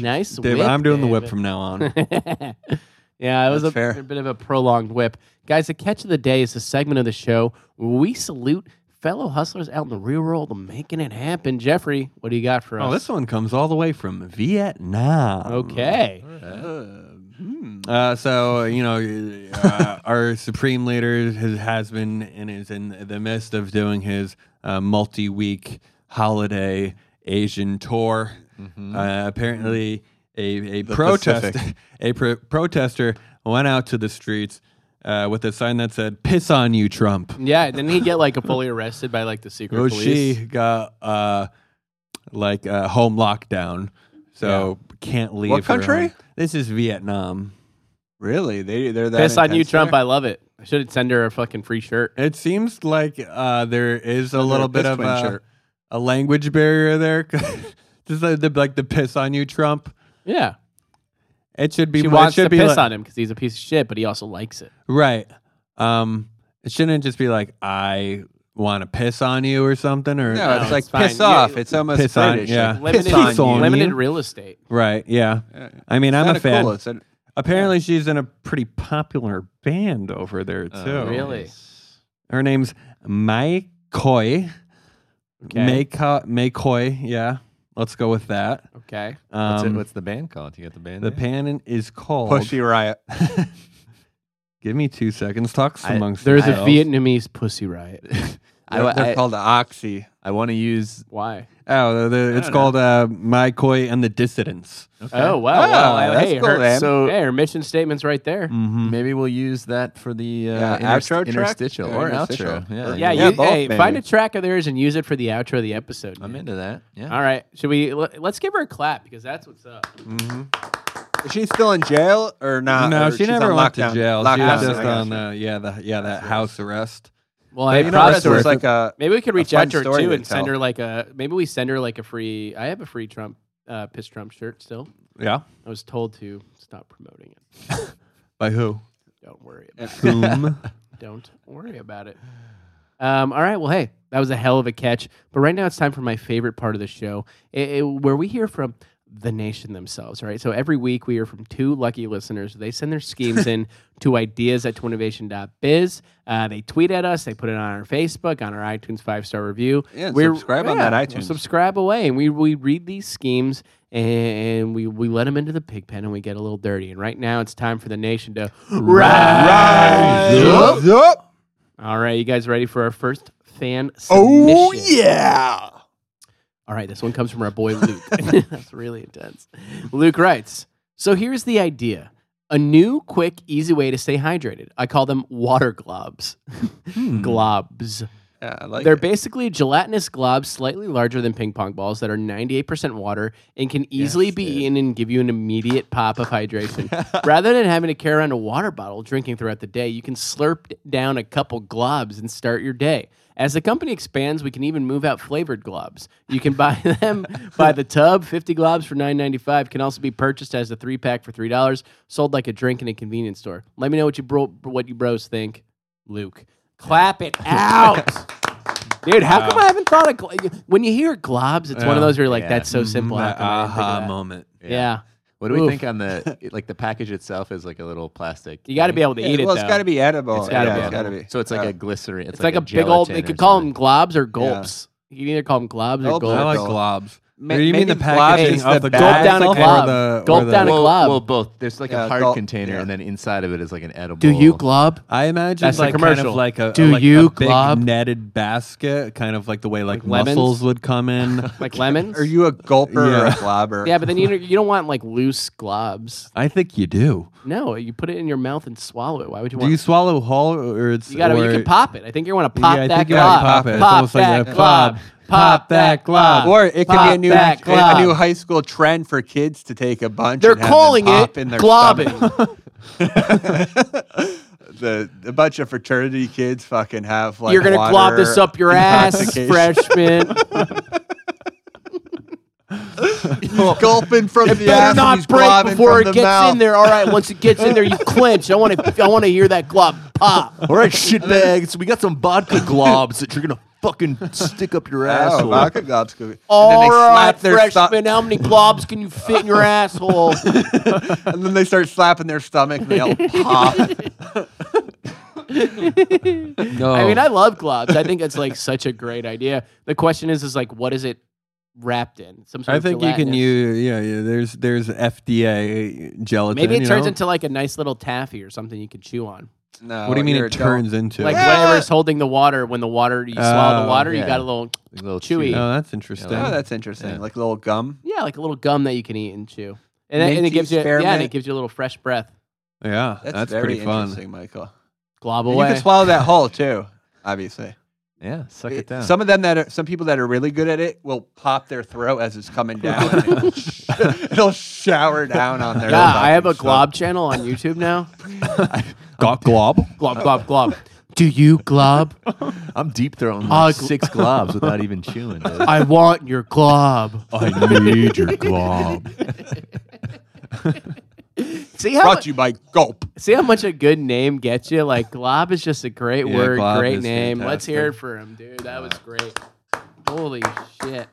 S3: Nice
S4: Dave,
S3: whip.
S4: I'm doing the whip
S3: David.
S4: from now on.
S3: Yeah, it was a,
S6: That's fair.
S3: a bit of a prolonged whip. Guys, the catch of the day is a segment of the show where we salute fellow hustlers out in the real world and making it happen. Jeffrey, what do you got for us?
S4: oh, this one comes all the way from Vietnam.
S3: okay.
S4: Uh, so you know, uh, our supreme leader has, has been and is in the midst of doing his uh, multi-week holiday Asian tour. Uh, apparently, a a protest
S5: Pacific.
S4: a pro- protester went out to the streets uh, with a sign that said "Piss on you, Trump."
S3: Yeah, didn't he get like fully arrested by like the secret
S4: Well,
S3: police?
S4: Oh, she got uh, like uh, home lockdown, so can't leave. her
S6: country?
S4: home. This is Vietnam.
S6: Really? They they're that.
S3: Piss on you,
S6: intense
S3: Trump.
S6: there?
S3: I love it. I should send her a fucking free shirt.
S4: It seems like uh, there is a little bit
S6: piss
S4: of
S6: twin
S4: a,
S6: shirt.
S4: a language barrier there. Just like the, like the piss on you, Trump.
S3: Yeah.
S4: It should be.
S3: She wants
S4: it should
S3: to
S4: be
S3: piss
S4: like-
S3: on him because he's a piece of shit, but he also likes it.
S4: Right. Um, it shouldn't just be like I want to piss on you or something or
S6: No,
S3: No,
S6: it's like
S3: it's fine.
S6: piss
S3: Yeah,
S6: off. It's almost
S4: piss on.
S6: British.
S4: Yeah,
S6: Like,
S3: Limited,
S6: piss on you.
S4: on
S3: limited
S4: you.
S3: real estate.
S4: Right. Yeah. I mean,
S6: It's
S4: I'm
S6: not
S4: a fan.
S6: cool, it's a-
S4: Apparently, she's in a pretty popular band over there
S5: Oh,
S4: too.
S3: really?
S4: Her name's Mai Koi.
S3: Okay.
S4: Mai Ko- Mai Koi. Yeah. Let's go with that.
S3: Okay.
S4: Um,
S5: What's, it, what's the band called? You got the band?
S4: the
S5: name?
S4: pan is called.
S6: Pussy Riot.
S4: Give me two seconds. Talk
S5: I-
S4: amongst
S3: There's a
S4: yourselves.
S3: Vietnamese pussy riot.
S5: I,
S6: They're, they're
S5: I,
S6: called the Oxy.
S5: I want to use.
S3: Why?
S4: Oh, the, the, it's
S6: don't know.
S4: called uh, Mai Koi and the Dissidents.
S3: Oh wow! wow.
S6: Oh, that's
S3: hey,
S6: cool,
S3: her,
S6: man. Mm.
S3: So
S5: So-
S3: hey, her mission statement's right there.
S5: Maybe we'll use that for the uh,
S6: Yeah,
S5: interst-
S6: outro track?
S5: interstitial
S6: Or
S5: or,
S6: interstitial.
S5: outro. Yeah,
S6: Or-
S3: Yeah,
S6: Yeah,
S3: you,
S6: both,
S3: hey,
S6: maybe.
S3: find a track of theirs and use it for the outro of the episode.
S5: I'm
S3: man.
S5: into that. Yeah.
S3: All right, should we? let- Let's give her a clap because that's what's up.
S6: Is she still in jail or not?
S4: no,
S6: Or
S4: she
S6: Uh, she's
S4: never
S6: on
S4: went
S6: lockdown.
S4: to jail. She
S6: Lockdown,
S4: was just
S6: I guess.
S4: on, uh, yeah, the, yeah, that house arrest.
S3: Well, I
S6: You know,
S3: promise
S6: that's
S3: her.
S6: always like a
S3: maybe we could reach
S6: fun
S3: out to her
S6: story
S3: too
S6: to
S3: and send
S6: tell.
S3: her like a. Maybe we send her like a free. I have a free Trump, uh, piss Trump shirt still.
S4: Yeah,
S3: I was told to stop promoting it.
S4: by who?
S3: Don't worry about it.
S4: Whom?
S3: Don't worry about it. Um, all right. Well, hey, that was a hell of a catch. But right now it's time for my favorite part of the show, i i where we hear from the nation themselves. All right. So every week we hear from two lucky listeners. They send their schemes in to ideas at twinnovation.biz. Uh, they tweet at us. They put it on our Facebook, on our iTunes five star review.
S6: Yeah, and subscribe on that iTunes.
S3: Subscribe away, and we we read these schemes. And we, we let them into the pig pen and we get a little dirty. And right now it's time for the nation to rise up. All right, you guys ready for our first fan submission? Oh
S6: yeah.
S3: All right, this one comes from our boy Luke. That's really intense. Luke writes, "So here's the idea: a new, quick, easy way to stay hydrated. I call them water globs. globs.
S6: Yeah, I like
S3: They're
S6: it.
S3: basically gelatinous globs, slightly larger than ping pong balls, that are 98% water and can easily be eaten and give you an immediate pop of hydration. Rather than having to carry around a water bottle drinking throughout the day, you can slurp down a couple globs and start your day. As the company expands, we can even move out flavored globs. You can buy them by the tub. 50 globs for $9.95 can also be purchased as a three pack for $3, sold like a drink in a convenience store. Let me know what you, bro- what you bros think, Luke. Clap it out. Dude, how come I haven't thought of gl- when you hear globs? It's one of
S4: Oh, Yeah. Mm-hmm. Uh-huh.
S3: those where you're like,
S5: Yeah.
S3: "That's so simple."
S4: That
S3: how come I didn't think of
S4: aha
S3: that?
S4: moment.
S3: Yeah.
S5: What do we
S3: Oof.
S5: think on the like the package itself is like a little plastic?
S3: you got to be able to eat it.
S6: well, it's
S3: though.
S6: got to be edible.
S3: It's gotta
S6: yeah,
S3: be
S6: It's got to
S3: edible.
S6: be.
S5: So it's like
S6: Yeah.
S5: a glycerin. It's,
S3: It's like, a big old. They could call them globs or gulps. You can either call them globs or
S6: Gulps.
S3: gulps.
S4: I like
S6: Globs.
S4: globs.
S6: Ma-
S4: you mean
S6: maybe
S4: the
S6: globs
S4: packaging
S6: is
S4: of
S6: the
S4: the
S6: bag
S3: Gulp down a
S4: plastic
S3: glob.
S4: or the,
S3: Gulp
S4: or the
S3: down a
S5: well,
S3: glob.
S5: well, both. There's like
S6: Yeah,
S5: a hard
S6: gulp,
S5: container,
S6: yeah.
S5: and then inside of it is like an edible.
S3: Do you glob?
S4: I imagine
S3: That's the
S4: like kind
S3: commercial.
S4: of like a
S3: Do
S4: like
S3: you
S4: a big
S3: glob?
S4: netted basket, kind of like the way like,
S3: Like lemons?
S4: mussels would come in.
S3: Like lemons?
S6: Are you a gulper or a
S4: Yeah.
S6: globber?
S3: Yeah, but then you don't- you don't want like loose globs.
S4: I think you do.
S3: No, you put it in your mouth and swallow it. Why would you
S4: Do
S3: want?
S4: you swallow whole or it's
S3: you gotta. You
S4: or-
S3: can pop it. I think you want to
S4: Yeah,
S3: pop
S4: I
S3: that
S4: think you
S3: glob.
S4: gotta pop it. It's almost like
S3: that
S4: a
S3: glob.
S4: pop.
S3: Pop that glob.
S6: Or it could be
S3: Pop
S6: a new
S3: that glob.
S6: a new high school trend for kids to take a bunch.
S3: They're
S6: and have them
S3: calling it
S6: pop in their stomach.
S3: globbing.
S6: the a bunch of fraternity kids fucking have like
S3: You're gonna
S6: water
S3: glob this up your ass,
S6: intoxication.
S3: freshman.
S6: He's gulping from the
S3: Better
S6: ass.
S3: not
S6: he's
S3: break
S6: globbing
S3: before
S6: from
S3: it
S6: the
S3: gets
S6: mouth.
S3: in there. All right, once it gets in there, you clinch. I want to. I want to hear that glob pop.
S5: All right, shit bags. We got some vodka globs that you're gonna fucking stick up your
S6: Oh,
S5: asshole.
S6: vodka globs could be.
S3: All
S6: and then they
S3: right,
S6: slap their sto-
S3: freshman. how many globs can you fit in your asshole?
S6: and then they start slapping their stomach. And they all pop.
S4: No.
S3: I mean,
S6: Oh.
S3: I love globs. I think it's like such a great idea. The question is, is like, what is it wrapped in? Some sort
S4: I
S3: of
S4: think you can
S3: gelatinous-
S4: use yeah, yeah. There's there's FDA gelatin.
S3: Maybe it
S4: you
S3: turns
S4: know?
S3: into like a nice little taffy or something you could chew on.
S6: No,
S4: What do you mean
S6: you're
S4: it
S6: a dumb-
S4: turns into?
S3: Like
S6: Yeah.
S3: whatever's holding the water, when the water you swallow the
S4: Oh,
S3: water, you
S5: yeah.
S3: got a little
S5: A little
S3: Chewy. Uh,
S4: oh, that's interesting.
S6: Oh, that's interesting. Like little gum.
S3: yeah, like a little gum that you can eat and chew, and, then, and it
S6: Minty
S3: gives you yeah, and it
S6: spearmint.
S3: gives you a little fresh breath.
S4: yeah,
S6: That's,
S4: that's,
S6: very
S4: pretty fun.
S6: interesting, Michael.
S3: Glob
S6: And
S3: away.
S6: You can swallow that whole too, obviously.
S5: Yeah, suck
S6: It-
S5: it down.
S6: Some of them that are, some people that are really good at it will pop their throat as it's coming down. and it'll sh- it'll shower down on their.
S3: Yeah, I have a
S6: fucking
S3: glob channel on YouTube now.
S4: Got glob.
S3: glob, glob, glob. Do you glob?
S5: I'm deep throwing
S3: Ugh.
S5: like six globs without even chewing. dude.
S3: I want your glob.
S4: I need your glob.
S3: See how
S6: Brought to you by Gulp.
S3: see how much a good name gets you. Like glob is just a great
S5: Yeah,
S3: word,
S5: glob
S3: great
S5: is
S3: name. Let's
S5: fantastic.
S3: hear it for him, dude. That was great. Holy shit!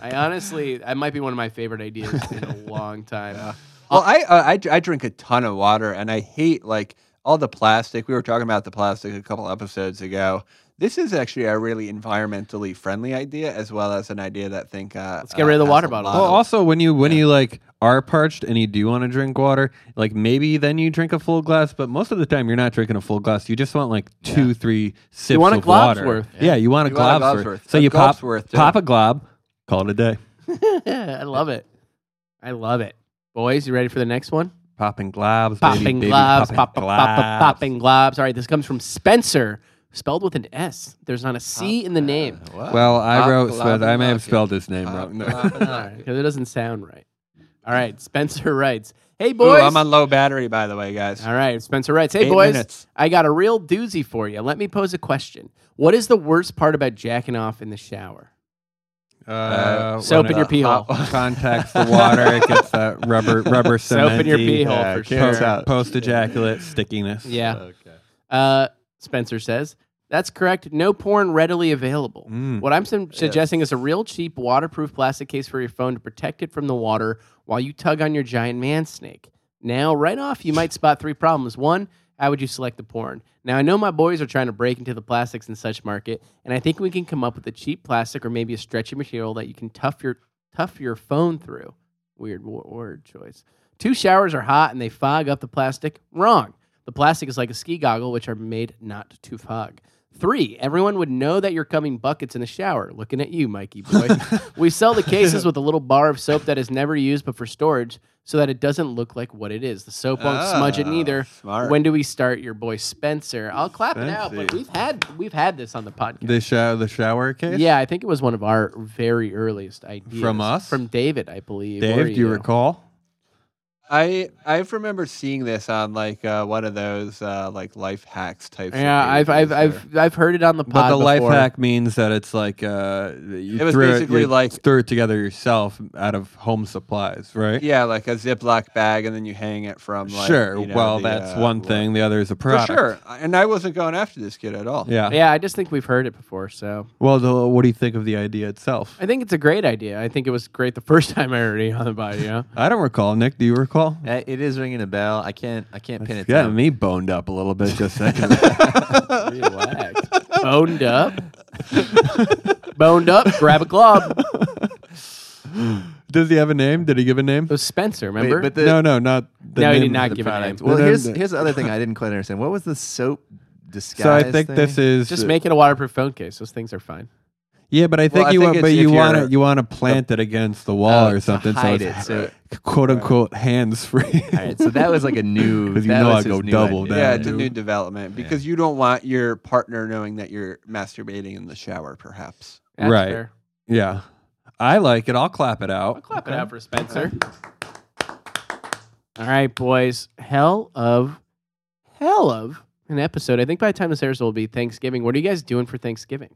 S3: I honestly, that might be one of my favorite ideas in a long time.
S6: Well, I, uh, I dr- I drink a ton of water, and I hate like all the plastic. We were talking about the plastic a couple episodes ago. This is actually a really environmentally friendly idea, as well as an idea that I think uh,
S3: Let's get rid of the
S6: has
S3: water
S6: a
S3: bottle.
S6: lot
S4: Well,
S6: of-
S4: also when you when you like are parched and you do want to drink water, like maybe then you drink a full glass. But most of the time, you're not drinking a full glass. You just want like two, three sips
S3: want a
S4: of water.
S3: glob's worth.
S4: Yeah. you want a
S6: You
S4: glob's,
S6: want a glob's
S4: worth.
S6: worth.
S4: So
S6: A
S4: you
S6: glob's
S4: pop
S6: worth, too.
S4: pop a glob, call it a day.
S3: I love it. I love it. Boys, you ready for the next one?
S4: Popping globs, baby,
S3: Popping
S4: baby,
S3: globs,
S4: popping
S3: pop, pop, pop, pop,
S4: globs.
S3: popping globs. All right, this comes from Spencer, spelled with an S. There's not a C in the name
S6: Uh,
S4: Well, I
S6: Pop,
S4: wrote.
S6: glob,
S4: Spelled, I may
S6: glob,
S4: have spelled his name
S6: Pop,
S4: wrong.
S6: glob, glob.
S3: because it doesn't sound right. All right, Spencer writes, "Hey
S6: Ooh,
S3: boys."
S6: I'm on low battery, by the way, guys.
S3: All right, Spencer writes, "Hey
S6: Eight
S3: boys,
S6: minutes.
S3: I got a real doozy for you. Let me pose a question. What is the worst part about jacking off in the shower?
S4: Uh,
S3: Soap
S4: when
S3: in
S4: it
S3: your pee hole.
S4: Contacts the water. It gets that rubber rubber cement.
S3: Soap in your pee hole for sure.
S5: comes out.
S4: Post ejaculate stickiness.
S3: Yeah. Uh, Spencer says, that's correct. No porn readily available.
S4: Mm.
S3: What I'm su- suggesting is a real cheap waterproof plastic case for your phone to protect it from the water while you tug on your giant man snake. Now, right off, you might spot three problems. One, how would you select the porn? Now, I know my boys are trying to break into the plastics and such market, and I think we can come up with a cheap plastic or maybe a stretchy material that you can tough your tough your phone through. Weird wo- word choice. Two showers are hot and they fog up the plastic. Wrong. The plastic is like a ski goggle, which are made not to fog. Three, everyone would know that you're coming buckets in the shower. Looking at you, Mikey boy. we sell the cases with a little bar of soap that is never used but for storage so that it doesn't look like what it is. The soap won't
S4: Ah,
S3: smudge it
S6: Oh,
S3: neither.
S6: smart.
S3: When do we start your boy Spencer? I'll clap it out, but
S4: Fancy.
S3: we've had we've had this on the podcast.
S4: The shower, the shower case.
S3: yeah, I think it was one of our very earliest ideas.
S4: From us?
S3: From David, I believe. or
S4: Dave, do you recall?
S6: I I remember seeing this on like uh, one of those uh, like life hacks types. of
S3: Yeah, I've I've,
S6: pages
S3: I've I've heard it on the pod.
S4: But the life
S3: before.
S4: hack means that it's like uh, you
S6: It was
S4: threw
S6: basically
S4: you
S6: like-
S4: threw it together yourself out of home supplies, right?
S6: or- yeah, like a Ziploc bag, and then you hang it from. Like,
S4: sure.
S6: you know,
S4: well,
S6: the,
S4: that's
S6: uh,
S4: one
S6: lo-
S4: thing. The other is a
S6: for
S4: product.
S6: sure. And I wasn't going after this kid at all.
S4: Yeah.
S3: Yeah, I just think we've heard it before. So
S4: Well, the, what do you think of the idea itself?
S3: I think it's a great idea. I think it was great the first time I heard it on the pod. You know,
S4: I don't recall. Nick, do you recall?
S5: Uh, it is ringing a bell. I can't. I can't pin it.
S4: Yeah,
S5: down.
S4: me boned up a little bit just a second. ago.
S3: relax. Boned up, boned up. Grab a glob. It
S4: Does he have a name? Did he give a name?
S3: was Spencer.
S5: Wait,
S3: Remember?
S5: but the,
S4: no, no, not. The
S3: No, he
S4: name
S3: did
S4: of
S3: not
S4: the
S3: give a
S4: product.
S3: name.
S5: well,
S4: No, no,
S5: here's
S4: no.
S5: here's the other thing I didn't quite understand. What was the soap disguise?
S4: so I think
S5: thing?
S4: this is
S3: just make it a waterproof phone case. Those things are fine.
S4: Yeah, but I think
S6: I
S4: you
S6: think
S4: want,
S6: it's
S4: but
S6: if
S4: you want
S6: you're-
S4: to you want to plant it against the
S5: Oh,
S4: wall or
S5: to
S4: something,
S5: hide
S4: so it's
S5: it, so-
S4: quote unquote hands free.
S5: All right, so that was like a new.
S4: 'Cause you
S5: that
S4: know
S5: was
S4: I
S5: his
S4: go
S5: new
S4: double
S5: idea.
S4: down.
S6: Yeah, it's a
S4: Yeah.
S6: new development because you don't want your partner knowing that you're masturbating in the shower, perhaps.
S3: That's
S4: Right.
S3: fair.
S4: yeah, I like it. I'll clap it out.
S3: Clap it out for Spencer. All right, boys. Hell of, hell of an episode. I think by the time this airs, it'll be Thanksgiving. What are you guys doing for Thanksgiving?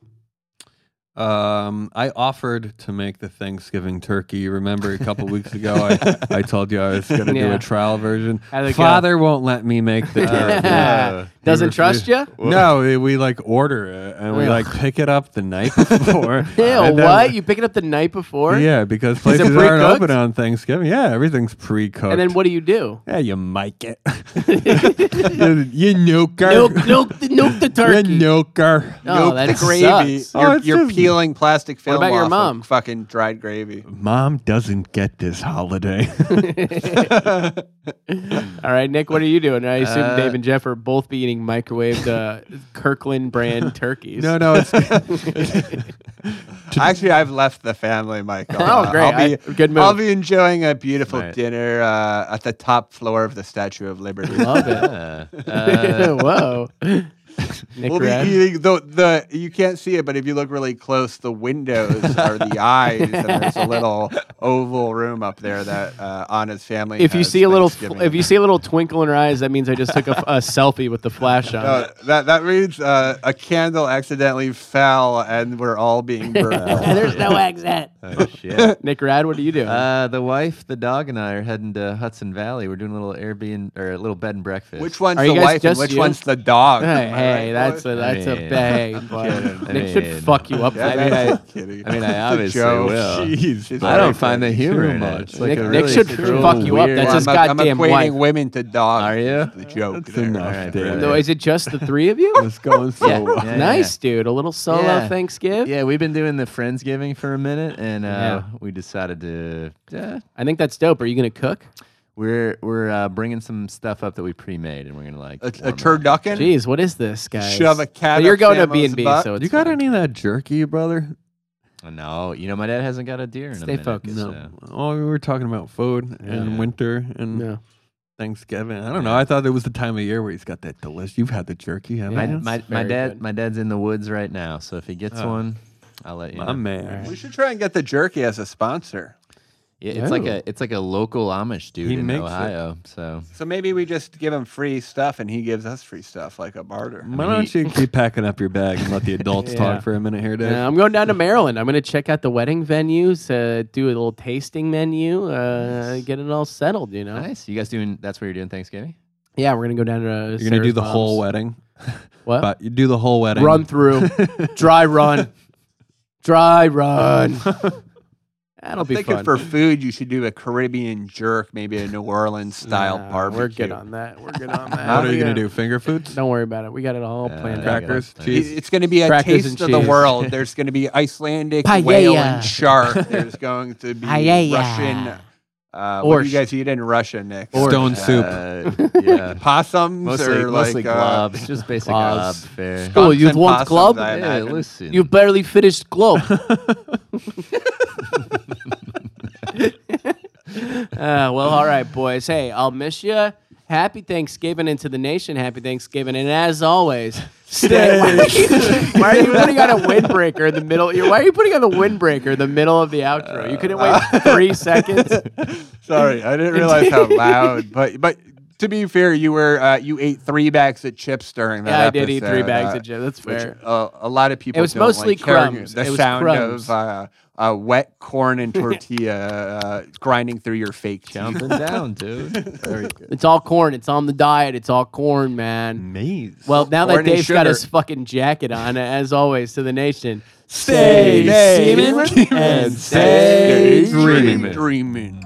S4: Um, I offered to make the Thanksgiving turkey. Remember a couple weeks ago, I, I told you I was going to do
S3: Yeah.
S4: a trial version.
S3: How'd it go?
S4: Father won't let me make the turkey.
S3: Doesn't
S4: refu-
S3: trust you.
S4: No, we- we like order it and we
S3: Ugh.
S4: like pick it up the night before.
S3: Ew,
S4: And then-
S3: what? You pick it up the night before?
S4: Yeah, because
S3: it
S4: places aren't
S3: pre-cooked?
S4: open on Thanksgiving. Yeah, everything's pre-cooked.
S3: And then what do you do?
S5: Eh,
S4: Yeah, you mic it. you, you nuker.
S3: Nuke, nuke, the- nuke the turkey.
S4: You nuker.
S3: Oh,
S6: Nope,
S3: that
S6: the gravy.
S3: sucks.
S4: Oh,
S6: You're,
S4: it's
S6: you're
S4: just-
S6: peeling plastic film
S3: about your
S6: off of
S3: mom?
S6: fucking dried gravy.
S4: Mom doesn't get this holiday. Oh,
S3: All right, Nick, what are you doing? I assume
S5: Uh,
S3: Dave and Jeff are both be eating microwaved uh, Kirkland brand turkeys.
S4: no, no, it's
S6: Actually, I've left the family, Michael. Uh,
S3: Oh, great.
S6: I'll be,
S3: I- good move.
S6: I'll be enjoying a beautiful
S5: Right.
S6: dinner uh, at the top floor of the Statue of Liberty.
S3: Love it.
S5: Uh, uh,
S3: Whoa. Nick
S6: well,
S3: Rad.
S6: the, you- the, the you can't see it, but if you look really close, the windows are the eyes, and there's a little oval room up there that uh, Anna's family.
S3: if you
S6: has
S3: see a little, fl-
S6: Thanksgiving.
S3: if you see a little twinkle in her eyes, that means I just took a, f- a selfie with the flash on.
S6: Uh, that that reads uh, a candle accidentally fell and we're all being burned.
S3: There's no accent.
S5: Oh shit.
S3: Nick Rad, what do you do?
S5: Uh, the wife, the dog, and I are heading to Hudson Valley. We're doing a little Airbnb or a little bed and breakfast.
S6: which one's
S3: Are you
S6: the
S3: guys
S6: wife and
S3: just
S6: which
S3: you?
S6: one's the dog?
S3: hey,
S6: Am I
S3: hey,
S6: right,
S3: that's
S6: boy?
S3: a that's
S5: I
S3: a
S5: mean,
S3: bang.
S5: kidding. I
S3: Nick should
S5: mean,
S3: fuck you up.
S6: Yeah,
S5: I
S3: for
S5: mean,
S3: that.
S5: I-
S6: that's kidding.
S5: I mean,
S6: It's
S5: I
S6: a
S5: obviously
S6: joke.
S5: will.
S6: Jeez, it's
S5: Oh, I
S6: very
S5: don't find the
S6: funny.
S5: humor
S4: too
S5: in
S4: much.
S5: it. It's like
S3: Nick-
S5: a
S3: Nick
S5: really
S3: should
S5: cruel,
S3: fuck you up.
S5: weird-
S3: That's
S6: Well,
S3: his
S6: I'm, I'm
S3: goddamn
S6: equating
S3: wife.
S6: women to dogs.
S5: Are you?
S6: is The joke.
S4: That's
S6: there.
S4: enough,
S5: All right,
S4: David.
S5: brother.
S3: No, is it just the three of you?
S4: It's going so
S5: Yeah.
S4: well.
S5: Yeah.
S3: nice, dude. A little solo
S5: Yeah.
S3: Thanksgiving.
S5: Yeah, we've been doing the Friendsgiving for a minute, and uh,
S3: Yeah.
S5: we decided to. Uh,
S3: I think that's dope. Are you gonna cook?
S5: we're we're uh, bringing some stuff up that we pre-made, and we're gonna like
S6: A, a
S5: warm up.
S6: turducken?
S3: Jeez, what is this, guys?
S6: Shove a cat
S3: But you're
S6: up
S3: going to B
S6: Samo's
S3: and B,
S6: butt.
S3: so it's
S4: You got
S3: fine.
S4: any of that jerky, brother?
S5: No, you know my dad hasn't got a deer in
S3: Stay
S5: a minute. uh,
S3: focused.
S5: so-
S4: Oh, we were talking about food and
S5: Yeah.
S4: winter and
S3: No.
S4: Thanksgiving. I don't know. I thought it was the time of year where he's got that delicious. You've had the jerky, haven't
S5: My,
S3: Yeah,
S4: you?
S3: it's
S5: my, my
S3: very
S5: dad
S3: good.
S5: my dad's in the woods right now, so if he gets
S4: Oh.
S5: one, I'll let you
S4: My
S5: know.
S4: man.
S6: We should try and get the jerky as a sponsor.
S5: Yeah, it's like
S3: Ooh.
S5: a it's like a local Amish dude
S4: He
S5: in
S4: makes it.
S5: Ohio. So
S6: So maybe we just give him free stuff and he gives us free stuff like a barter.
S3: Mm,
S4: Why don't you keep packing up your bag and let the adults
S3: Yeah.
S4: talk for a minute here, Dave?
S3: Uh, I'm going down to Maryland. I'm going to check out the wedding venues, uh, do a little tasting menu, uh, get it all settled. You know,
S5: nice. You guys doing? That's where you're doing Thanksgiving.
S3: yeah, we're going to go down to. Uh,
S4: You're gonna do the whole wedding,
S3: what?
S4: but you do the whole wedding.
S3: Run through, dry run, dry run. That'll be
S6: Thinking
S3: fun.
S6: for food, you should do a Caribbean jerk, maybe a New Orleans style
S3: Nah,
S6: barbecue.
S3: We're good on that. We're good on that.
S4: What are
S3: We
S4: you gonna
S3: got-
S4: do? Finger foods,
S3: Don't worry about it. We got it all
S5: Uh,
S3: planned out.
S5: yeah.
S4: crackers,
S5: Yeah.
S6: It-
S4: cheese.
S6: It's going to be a
S3: Crackers
S6: taste of
S3: and
S6: the
S3: cheese.
S6: world. There's going to be Icelandic whale
S3: Paella.
S6: and shark. There's going to be
S3: Paella.
S6: Russian. Uh, what do
S3: Orsh.
S6: you guys eat in Russia, Nick?
S4: Stone soup.
S5: Uh, yeah,
S6: Possums
S5: mostly
S6: or like
S5: mostly
S6: uh,
S5: globs, just basic glob
S3: globs.
S5: fare.
S3: Oh, you
S6: and
S3: want
S6: possums,
S3: club?
S6: I
S5: Yeah,
S6: imagine.
S5: listen.
S3: You barely finished globe. Uh, well, all right, boys. Hey, I'll miss you. Happy Thanksgiving, and to the nation, happy Thanksgiving. And as always, stay. Why are you, why are you putting on a windbreaker in the middle? you- Why are you putting on the windbreaker in the middle of the outro? You couldn't wait
S6: Uh,
S3: three seconds.
S6: Sorry, I didn't realize how loud. But but to be fair, you were uh, you ate three bags of chips during that.
S3: Yeah, I did eat three
S6: episode,
S3: bags
S6: uh,
S3: of chips. That's
S6: which,
S3: fair.
S6: uh, a lot of people.
S3: was
S6: don't
S3: mostly
S6: like hearing
S3: crumbs.
S6: The
S3: It was
S6: sound
S3: crumbs.
S6: of uh, uh, wet corn and tortilla uh, grinding through your fake teeth.
S5: Jumping down, dude.
S3: It's all corn. It's on the diet. It's all corn, man.
S5: Maze.
S3: Well, now that
S6: Mm. Corn and
S3: Dave's got
S6: sugar.
S3: his fucking jacket on, as always, to the nation,
S6: Stay
S3: seaman
S6: seaman
S3: and
S6: Stay
S3: stay dreaming.
S6: dreaming.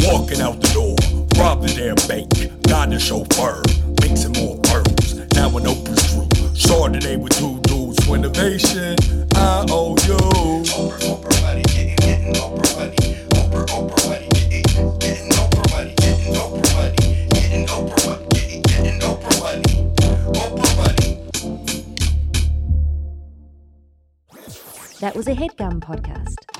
S2: Walking out the door, robbed the damn bank, got a chauffeur, mixing more pearls. Now an open screw, short today with two dudes for innovation. I owe you.
S1: That was a headgum podcast.